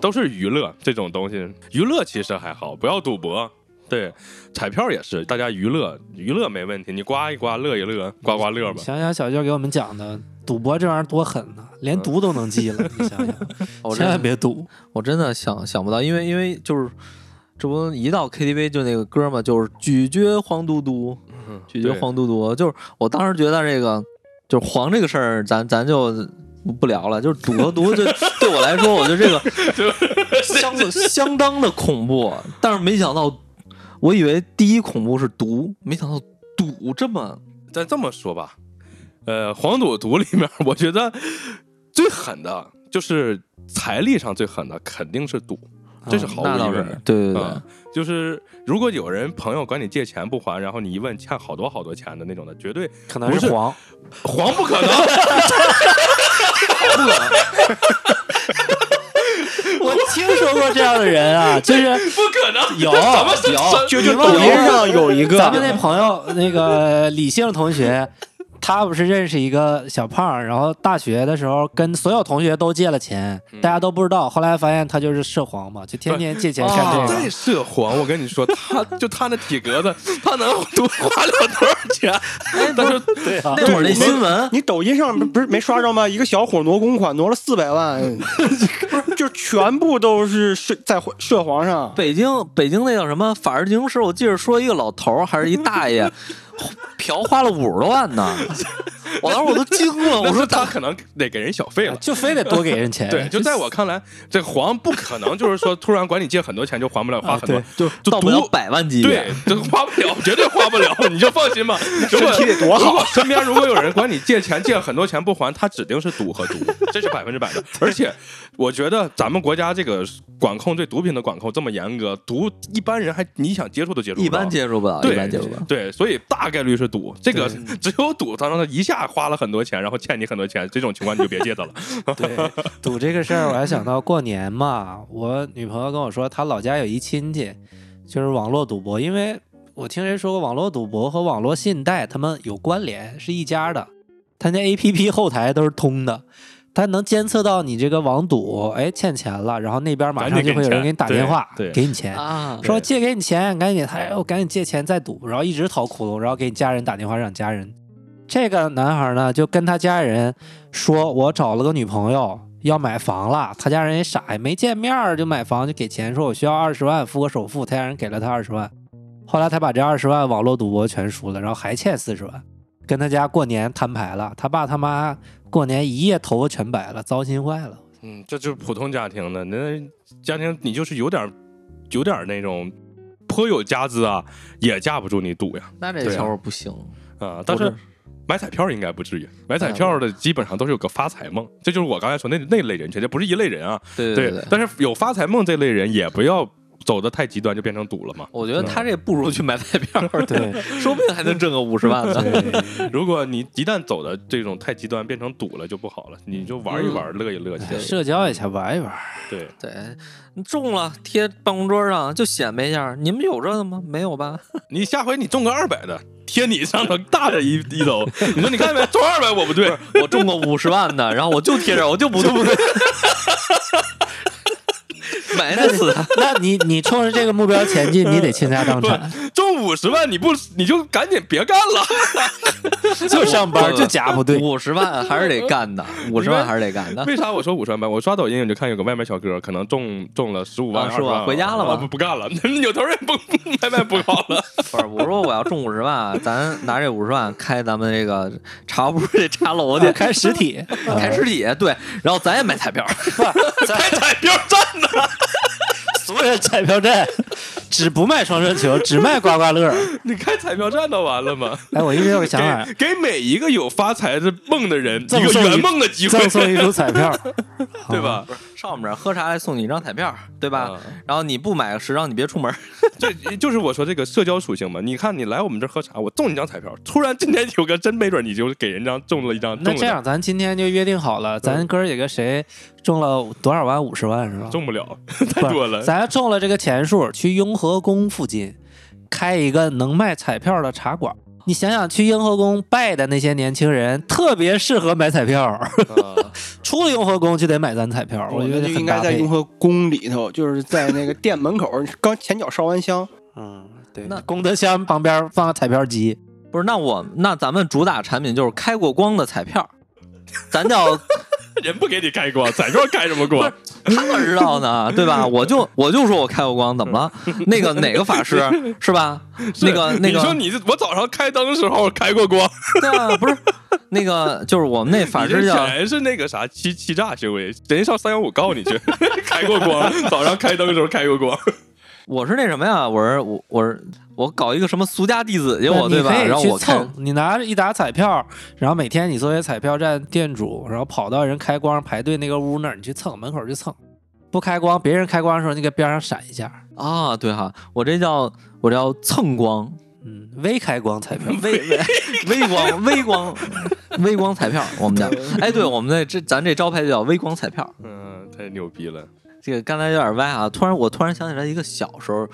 都是娱乐这种东西。娱乐其实还好，不要赌博。对，彩票也是，大家娱乐娱乐没问题，你刮一刮乐一乐，刮刮乐吧。
想想小舅给我们讲的，赌博这玩意儿多狠呐、连毒都能记了，你 [LAUGHS] 想想，
我
千
真
万
的
别赌。
我真的想想不到，因为因为就是这不一到 KTV 就那个歌嘛，就是咀嚼黄嘟嘟，
嗯
咀嚼
对
黄嘟嘟，就是我当时觉得这个就是黄这个事儿，咱咱就不不聊了，就是赌和毒就对我来说，我觉得这个相相当的恐怖，但是没想到，我以为第一恐怖是毒，没想到赌这么
咱这么说吧，呃，黄赌毒里面，我觉得最狠的就是财力上最狠的肯定是赌，这啊是毫无
那
疑
倒
问
是
的。
对对对，
嗯就是如果有人朋友管你借钱不还，然后你一问欠好多好多钱的那种的，绝对
可
不
能
是
黄，
黄不可 [LAUGHS] 能，
我听说过这样的人啊， [LAUGHS] 就是
不可能，
有
有
就就抖音上有一个，
咱们那朋友那个李姓同学， [LAUGHS] 他不是认识一个小胖儿，然后大学的时候跟所有同学都借了钱，大家都不知道，后来发现他就是涉黄嘛，就天天借钱干这
再
个。
涉黄，我跟你说，他就他那体格子，他能多花了多少钱？但是
对啊，
那会儿那新闻
你抖音上不是没刷着吗？一个小伙挪公款挪了四百万，不是就全部都是涉在涉黄上，
北京北京那叫什么法制进行时，我记着说一个老头儿还是一大
[LAUGHS]
爷，嫖花了五十多万呢，我当时我都惊了，
[LAUGHS] [LAUGHS] 我
我
说
说
他
大
可能得给人小费了。
啊就非得多给人钱。
对，就在我看来，这黄不可能就是说突然管你借很多钱就还不了，
啊
花很多，就就
到不了
毒。
百万级别
啊对，，这花不了，绝对花不了，你就放心 [LAUGHS] 吧。如果
体得多好
如果身边如果有人管你借钱，借很多钱不还，他指定是赌和毒，这是百分之百的。而且，我觉得咱们国家这个管控对毒品的管控这么严格，毒一般人还你想接触都接触不到，
一般接触不到，
对
啊一般接触不到。
对，所以大概率是赌。这个 [LAUGHS] 只有赌，他让他一下花了很多钱，然后欠你很多钱，这种情况你就别借他了。
对， [LAUGHS] 赌这个事儿，我还想到过年嘛，我女朋友跟我说，她老家有一亲戚，就是网络赌博，因为我听谁说过，网络赌博和网络信贷他们有关联，是一家的，他那 A P P 后台都是通的。他能监测到你这个网赌，哎，欠钱了，然后那边马
赶
上
紧给
就会有人
钱
给你打
对
电话，
对
给你钱，
啊，
说借给你钱，赶紧给他，哎，我赶紧借钱再赌，然后一直掏窟窿，然后给你家人打电话让你家人。这个男孩呢，就跟他家人说，我找了个女朋友，要买房了。他家人也傻，也没见面儿就买房，就给钱，说我需要二十万付个首付。他家人给了他二十万，后来他把这二十万网络赌博全输了，然后还欠四十万，跟他家过年摊牌了。他爸他妈过年一夜头发全白了，糟心坏了。
嗯，这就是普通家庭的，那家庭你就是有点有点那种颇有家资啊，也架不住你赌呀
那这
对啊
小伙不行，
啊、但是。买彩票应该不至于，买彩票的基本上都是有个发财梦，这就是我刚才说那那类人群，这不是一类人啊。
对
对
对对，
但是有发财梦这类人也不要走的太极端，就变成赌了嘛。
我觉得他这不如去买彩票，
[LAUGHS]
对，
说不定还能挣个五十万呢。
如果你一旦走的这种太极端，变成赌了就不好了，你就玩一玩，乐一乐，其实
社交一下，玩一玩。
对，
对，你中了贴办公桌上就显摆一下，你们有这个吗？没有吧？
你下回你中个二百的，贴你上头大的一一楼，你说你看没，中二百我不对，
我中个五十万的，然后我就贴着，我就不动。埋汰死他！
[LAUGHS] 那你你冲着这个目标前进，你得倾家荡产，
[LAUGHS] 中五十万你不你就赶紧别干了， [LAUGHS]
就上班
不
就家不对。
五十万还是得干的，五十万还是得干的。
为啥我说五十万吧？我刷抖音我就看有个外卖小哥可能中中了十五万
啊
二
是
十
吧
万，
回家了吧
啊不不干了， [LAUGHS] 扭头也不外卖不搞了，
不是，我说我要中五十万，啊咱拿这五十万开咱们这个茶屋这茶楼
我 [LAUGHS]
去
得，开实体，
嗯
开实体，对，然后咱也买彩票， [LAUGHS]
开彩票站 [LAUGHS] 呢，
[LAUGHS] 所有的彩票站 [LAUGHS] 只不卖双色球，只卖刮刮乐。
[LAUGHS] 你开彩票站都完了吗？
哎，我一直有个想
[LAUGHS]
法，
给给每一个有发财的梦的人
赠
一个
送一
圆梦的机会，
赠送一组彩票，
[LAUGHS] 对吧？
上我们这儿喝茶来送你一张彩票，对吧
啊？
然后你不买个十张，你别出门。
这就是我说这个社交属性嘛。你看，你来我们这儿喝茶，我中你张彩票，突然今天有个真没准你就给人张中了一张，
那
中
这
了
样，咱今天就约定好了，咱哥儿几个谁中了多少万？五十万是吧？
中不了， [LAUGHS]
不
太
是
多了。
咱要中了这个钱数，去雍和宫附近开一个能卖彩票的茶馆。你想想，去雍和宫拜的那些年轻人，特别适合买彩票。出了雍和宫就得买咱彩票，
我
觉
觉
得
得
很
就应该
搭
在
配
雍和宫里头，就是在那个店门口，刚前脚烧完香，
嗯，对
那
功德箱旁边放个彩票机，
[LAUGHS] 不是，那我那咱们主打产品就是开过光的彩票，咱叫
人不给你开光，彩票开什么光？
他哪知道呢，对吧？我就我就说我开过光，怎么了？那个哪个法师是吧？
是
那个那
你说
个，
你这我早上开灯时候开过光，
对啊，不是那个，就是我们那法
你这
师叫
显然是那个啥欺欺诈行为，人家上三幺五告你去， [LAUGHS] 开过光，早上开灯的时候开过光，
我是那什么呀？我是我我是我搞一个什么俗家弟子结
不
果
是
对吧？
你
然
可
后
以去
我看
蹭，你拿着一沓彩票，然后每天你作为彩票站店主，然后跑到人开光排队那个屋那儿，你去蹭，门口去蹭。不开光，别人开光的时候，你给边上闪一下。
啊，对哈，我这叫我这叫蹭光，
嗯，微开光彩票，
微微微光微光微光彩票，我们家哎，对，我们的这咱这招牌就叫微光彩票。
嗯，太牛逼了，
这个刚才有点歪啊，突然我突然想起来一个小时候，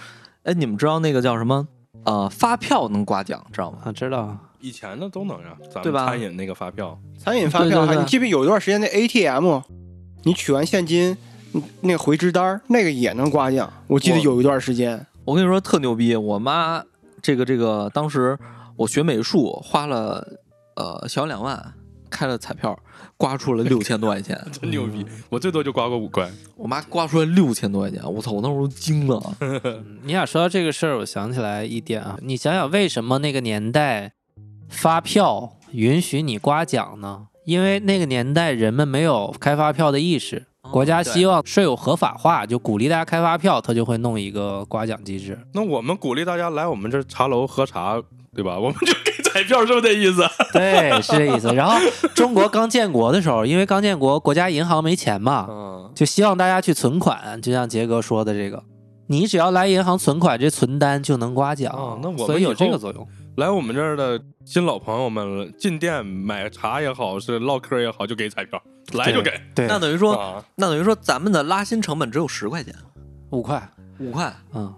哎，你们知道那个叫什么？呃，发票能刮奖，知道吗？
[LAUGHS] 啊，知道。
以前的都能啊，咱们
对吧
餐饮那个发票，
餐饮发
对
票
对
还，
对
你记不记得有一段时间那 ATM，你取完现金，嗯那个回支单儿那个也能刮奖。我记得
我
有一段时间，
我跟你说特牛逼，我妈这个这个，当时我学美术花了呃小两万开了彩票，刮出了六千多块钱，
真牛逼，我最多就刮过五块，
我妈刮出来六千多块钱，我操，我那时候都惊了。
嗯你俩说到这个事儿，我想起来一点啊，你想想为什么那个年代发票允许你刮奖呢？因为那个年代人们没有开发票的意识，国家希望税务合法化，就鼓励大家开发票，他就会弄一个刮奖机制。
那我们鼓励大家来我们这茶楼喝茶，对吧？我们就给彩票，是不是这意思？
[LAUGHS]
[LAUGHS]
对，是这意思。然后中国刚建国的时候，因为刚建国，国家银行没钱嘛，
嗯，
就希望大家去存款，就像杰哥说的这个。你只要来银行存款，这存单就能刮奖，
哦那我们
所以有
以
这
后
个作用。
来我们这儿的新老朋友们进店买茶也好，是唠嗑也好，就给彩票，来就给。
对
那等于说，
啊，
那等于说咱们的拉新成本只有十块钱，
五块，
五块，
嗯，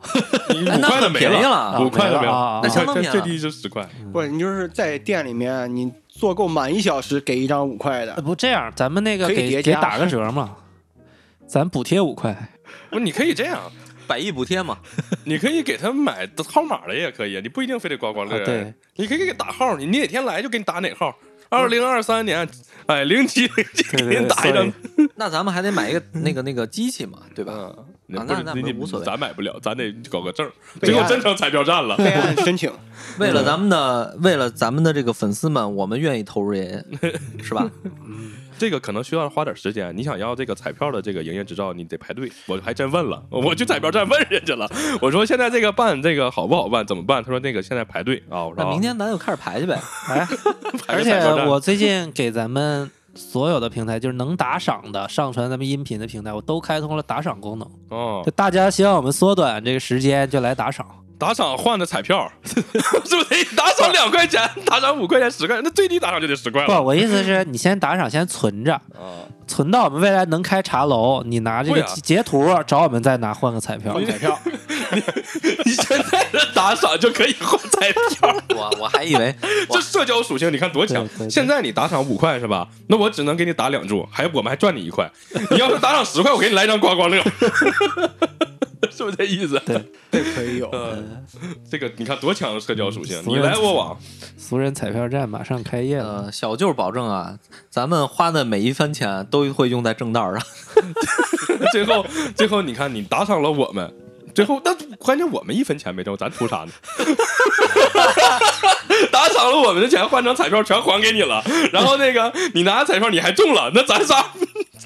你
哎
五
那
块的
很
没
便宜
了，
了
五块的
没
没
了
了
啊，
那相当
最
便宜
最
了
低是十块。
不是你就是在店里面你做够满一小时给一张五块
呃
的，
不这样，咱们那个
可以
给
叠
给
[LAUGHS]
加
打个折嘛，咱补贴五块。
不是，你可以这样，
百亿补贴嘛。
你可以给他买号码的也可以，你不一定非得刮刮乐。
啊对，
你可以给打号，你哪天来就给你打哪号。二零二三年，哎，零七零七给
对
您打一张。
那咱们还得买一个那个那个机器嘛，对吧？
嗯，你
啊
不是
那那
你
没
你
无所谓
咱买不了，咱得搞个证儿。
备
最后
案
真成彩票站了，
备案申请。
为了咱们的，为了咱们的这个粉丝们，我们愿意投入这些，是吧？
[LAUGHS] 这个可能需要花点时间。你想要这个彩票的这个营业执照，你得排队。我还真问了，我去彩票站问人家了。我说现在这个办这个好不好办，怎么办？他说那个现在排队啊。我说
[LAUGHS] 那
啊
明天咱就开始排去呗。
[LAUGHS] 哎，
排
而
个
且
彩票站
我最近给咱们所有的平台，就是能打赏的、上传咱们音频的平台，我都开通了打赏功能。
哦
就，大家希望我们缩短这个时间，就来打赏。
打赏换的彩票， [LAUGHS] 是不是？打赏两块钱，打赏五块钱、十块钱，那最低打赏就得十块
不，
了。
我意思是你先打赏，先存着，
啊，
存到我们未来能开茶楼，你拿这
会
个
啊
截图找我们再拿换个彩票。
彩
[LAUGHS]
票，你 [LAUGHS] 现在的打赏就可以换彩票，
[LAUGHS] 我我还以为
这社交属性你看多强
对对！对
现在你打赏五块是吧？那我只能给你打两注，还我们还赚你一块。 [LAUGHS] 你要是打赏十块，我给你来张刮刮乐， [LAUGHS] 是不是这意思？
这可以有，
嗯，这个你看多强的社交属性，你来我往， [LAUGHS]
俗人彩票站马上开业了，
呃，小舅保证啊，咱们花的每一分钱都会用在正道上。
最后最后你看你打赏了我们，最后那关键我们一分钱没挣，咱图啥呢？ [LAUGHS] 打赏了我们的钱换成彩票全还给你了，然后那个你拿彩票你还中了，那咱仨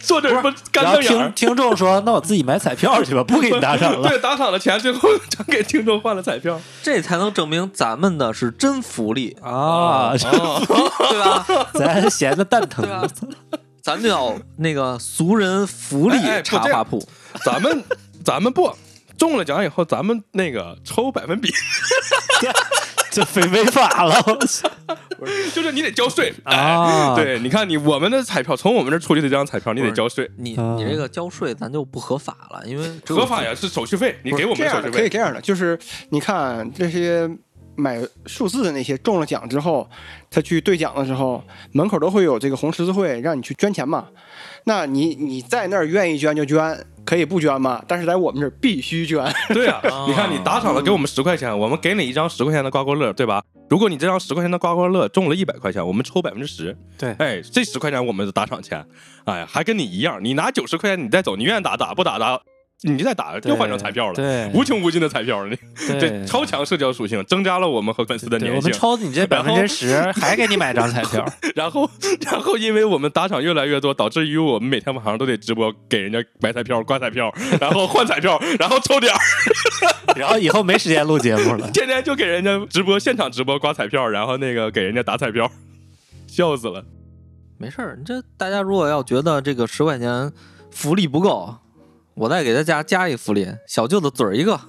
坐这儿不干
然后
瞪眼
听
儿？
听众说，那我自己买彩票去吧，不给你打赏
[LAUGHS]
了。啊
对，打赏的钱最后全给听众换了彩票，
[LAUGHS] 这才能证明咱们的是真福利，
哦
啊，
哦对吧？
[LAUGHS] 咱闲的蛋 [LAUGHS] 疼
对。吧？咱就要那个俗人福利
哎哎不
茶
这样
话铺，
咱们咱们不中了奖以后，咱们那个抽百分比，
这违违法了
[LAUGHS] 就是你得交税。 [LAUGHS] 哎
啊！，
对，你看你我们的彩票从我们这儿出去的这张彩票，你得交税，
你
啊
你这个交税咱就不合法了，因为只有
合法呀，是手续费，你给我
这
们手
样
续
的可
费。
以这样的，就是你看这些买数字的那些中了奖之后，他去兑奖的时候，门口都会有这个红十字会让你去捐钱嘛。那你你在那儿愿意捐就捐，可以不捐嘛，但是在我们这儿必
[LAUGHS]
须捐。
对啊，你看你打赏了，给我们十块钱，我们给你一张十块钱的刮刮乐，对吧？如果你这张十块钱的刮刮乐中了一百块钱，我们抽百分之十。
对
哎，这十块钱我们的打赏钱，哎，还跟你一样，你拿九十块钱你再走，你愿意打打，不打打，你再打又换成彩票了，
对，
[LAUGHS] 无穷无尽的彩票了。这
对
超强社交属性增加了我们和粉丝的
哎对
粘
我们
性。
抽你这百
[LAUGHS] 然
分
后
之十，还给你买张彩票，
[LAUGHS] 然后，然后因为我们打赏越来越多，导致于我们每天晚上都得直播给人家买彩票、刮彩票， [LAUGHS] 然后换彩票， [LAUGHS] 然后抽点儿，
然后以后没时间录节目了。
天天就给人家直播现场直播刮彩票，然后那个给人家打彩票， [LAUGHS] 笑死了。
没事儿，这大家如果要觉得这个十块钱福利不够，我再给大家加一个福利，小舅子嘴儿一
[LAUGHS]
个。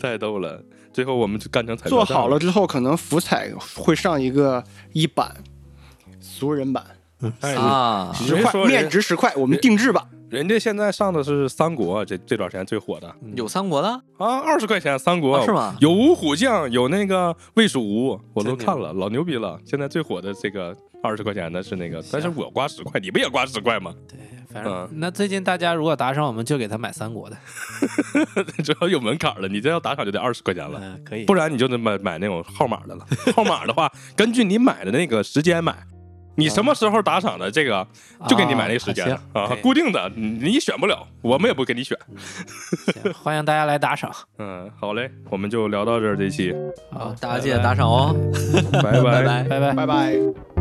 太逗了。最后我们就干成彩票
做
站
好了，之后，可能福彩会上一个一版，俗人版，
哎
啊，
谁
十块
说嗯
面
人
值十块，我们定制版。
人家现在上的是三国，啊这这段时间最火的
有三国的，
啊，二十块钱三国、
啊是吗
有五虎将，有那个魏蜀吴，我都
真牛
看了，老牛逼了。现在最火的这个二十块钱的是那个，但是我刮十块，你不也刮十块吗？ [LAUGHS]
反
嗯
正那最近大家如果打赏，我们就给他买三国的。
主要有门槛了，你这要打赏就得二十块钱了，
嗯，可以
不。然你就得买买那种号码的了。号码的话，根据你买的那个时间买。你什么时候打赏的这个，就给你买那个时间的
啊
啊
行，
固定的，你你选不了，我们也不给你选。
行行欢迎大家来打赏。
嗯，好嘞，我们就聊到这儿，这期，
好，
好，
大家记得打赏哦，
拜 [LAUGHS] 拜
[LAUGHS] 拜。
拜拜。
拜拜。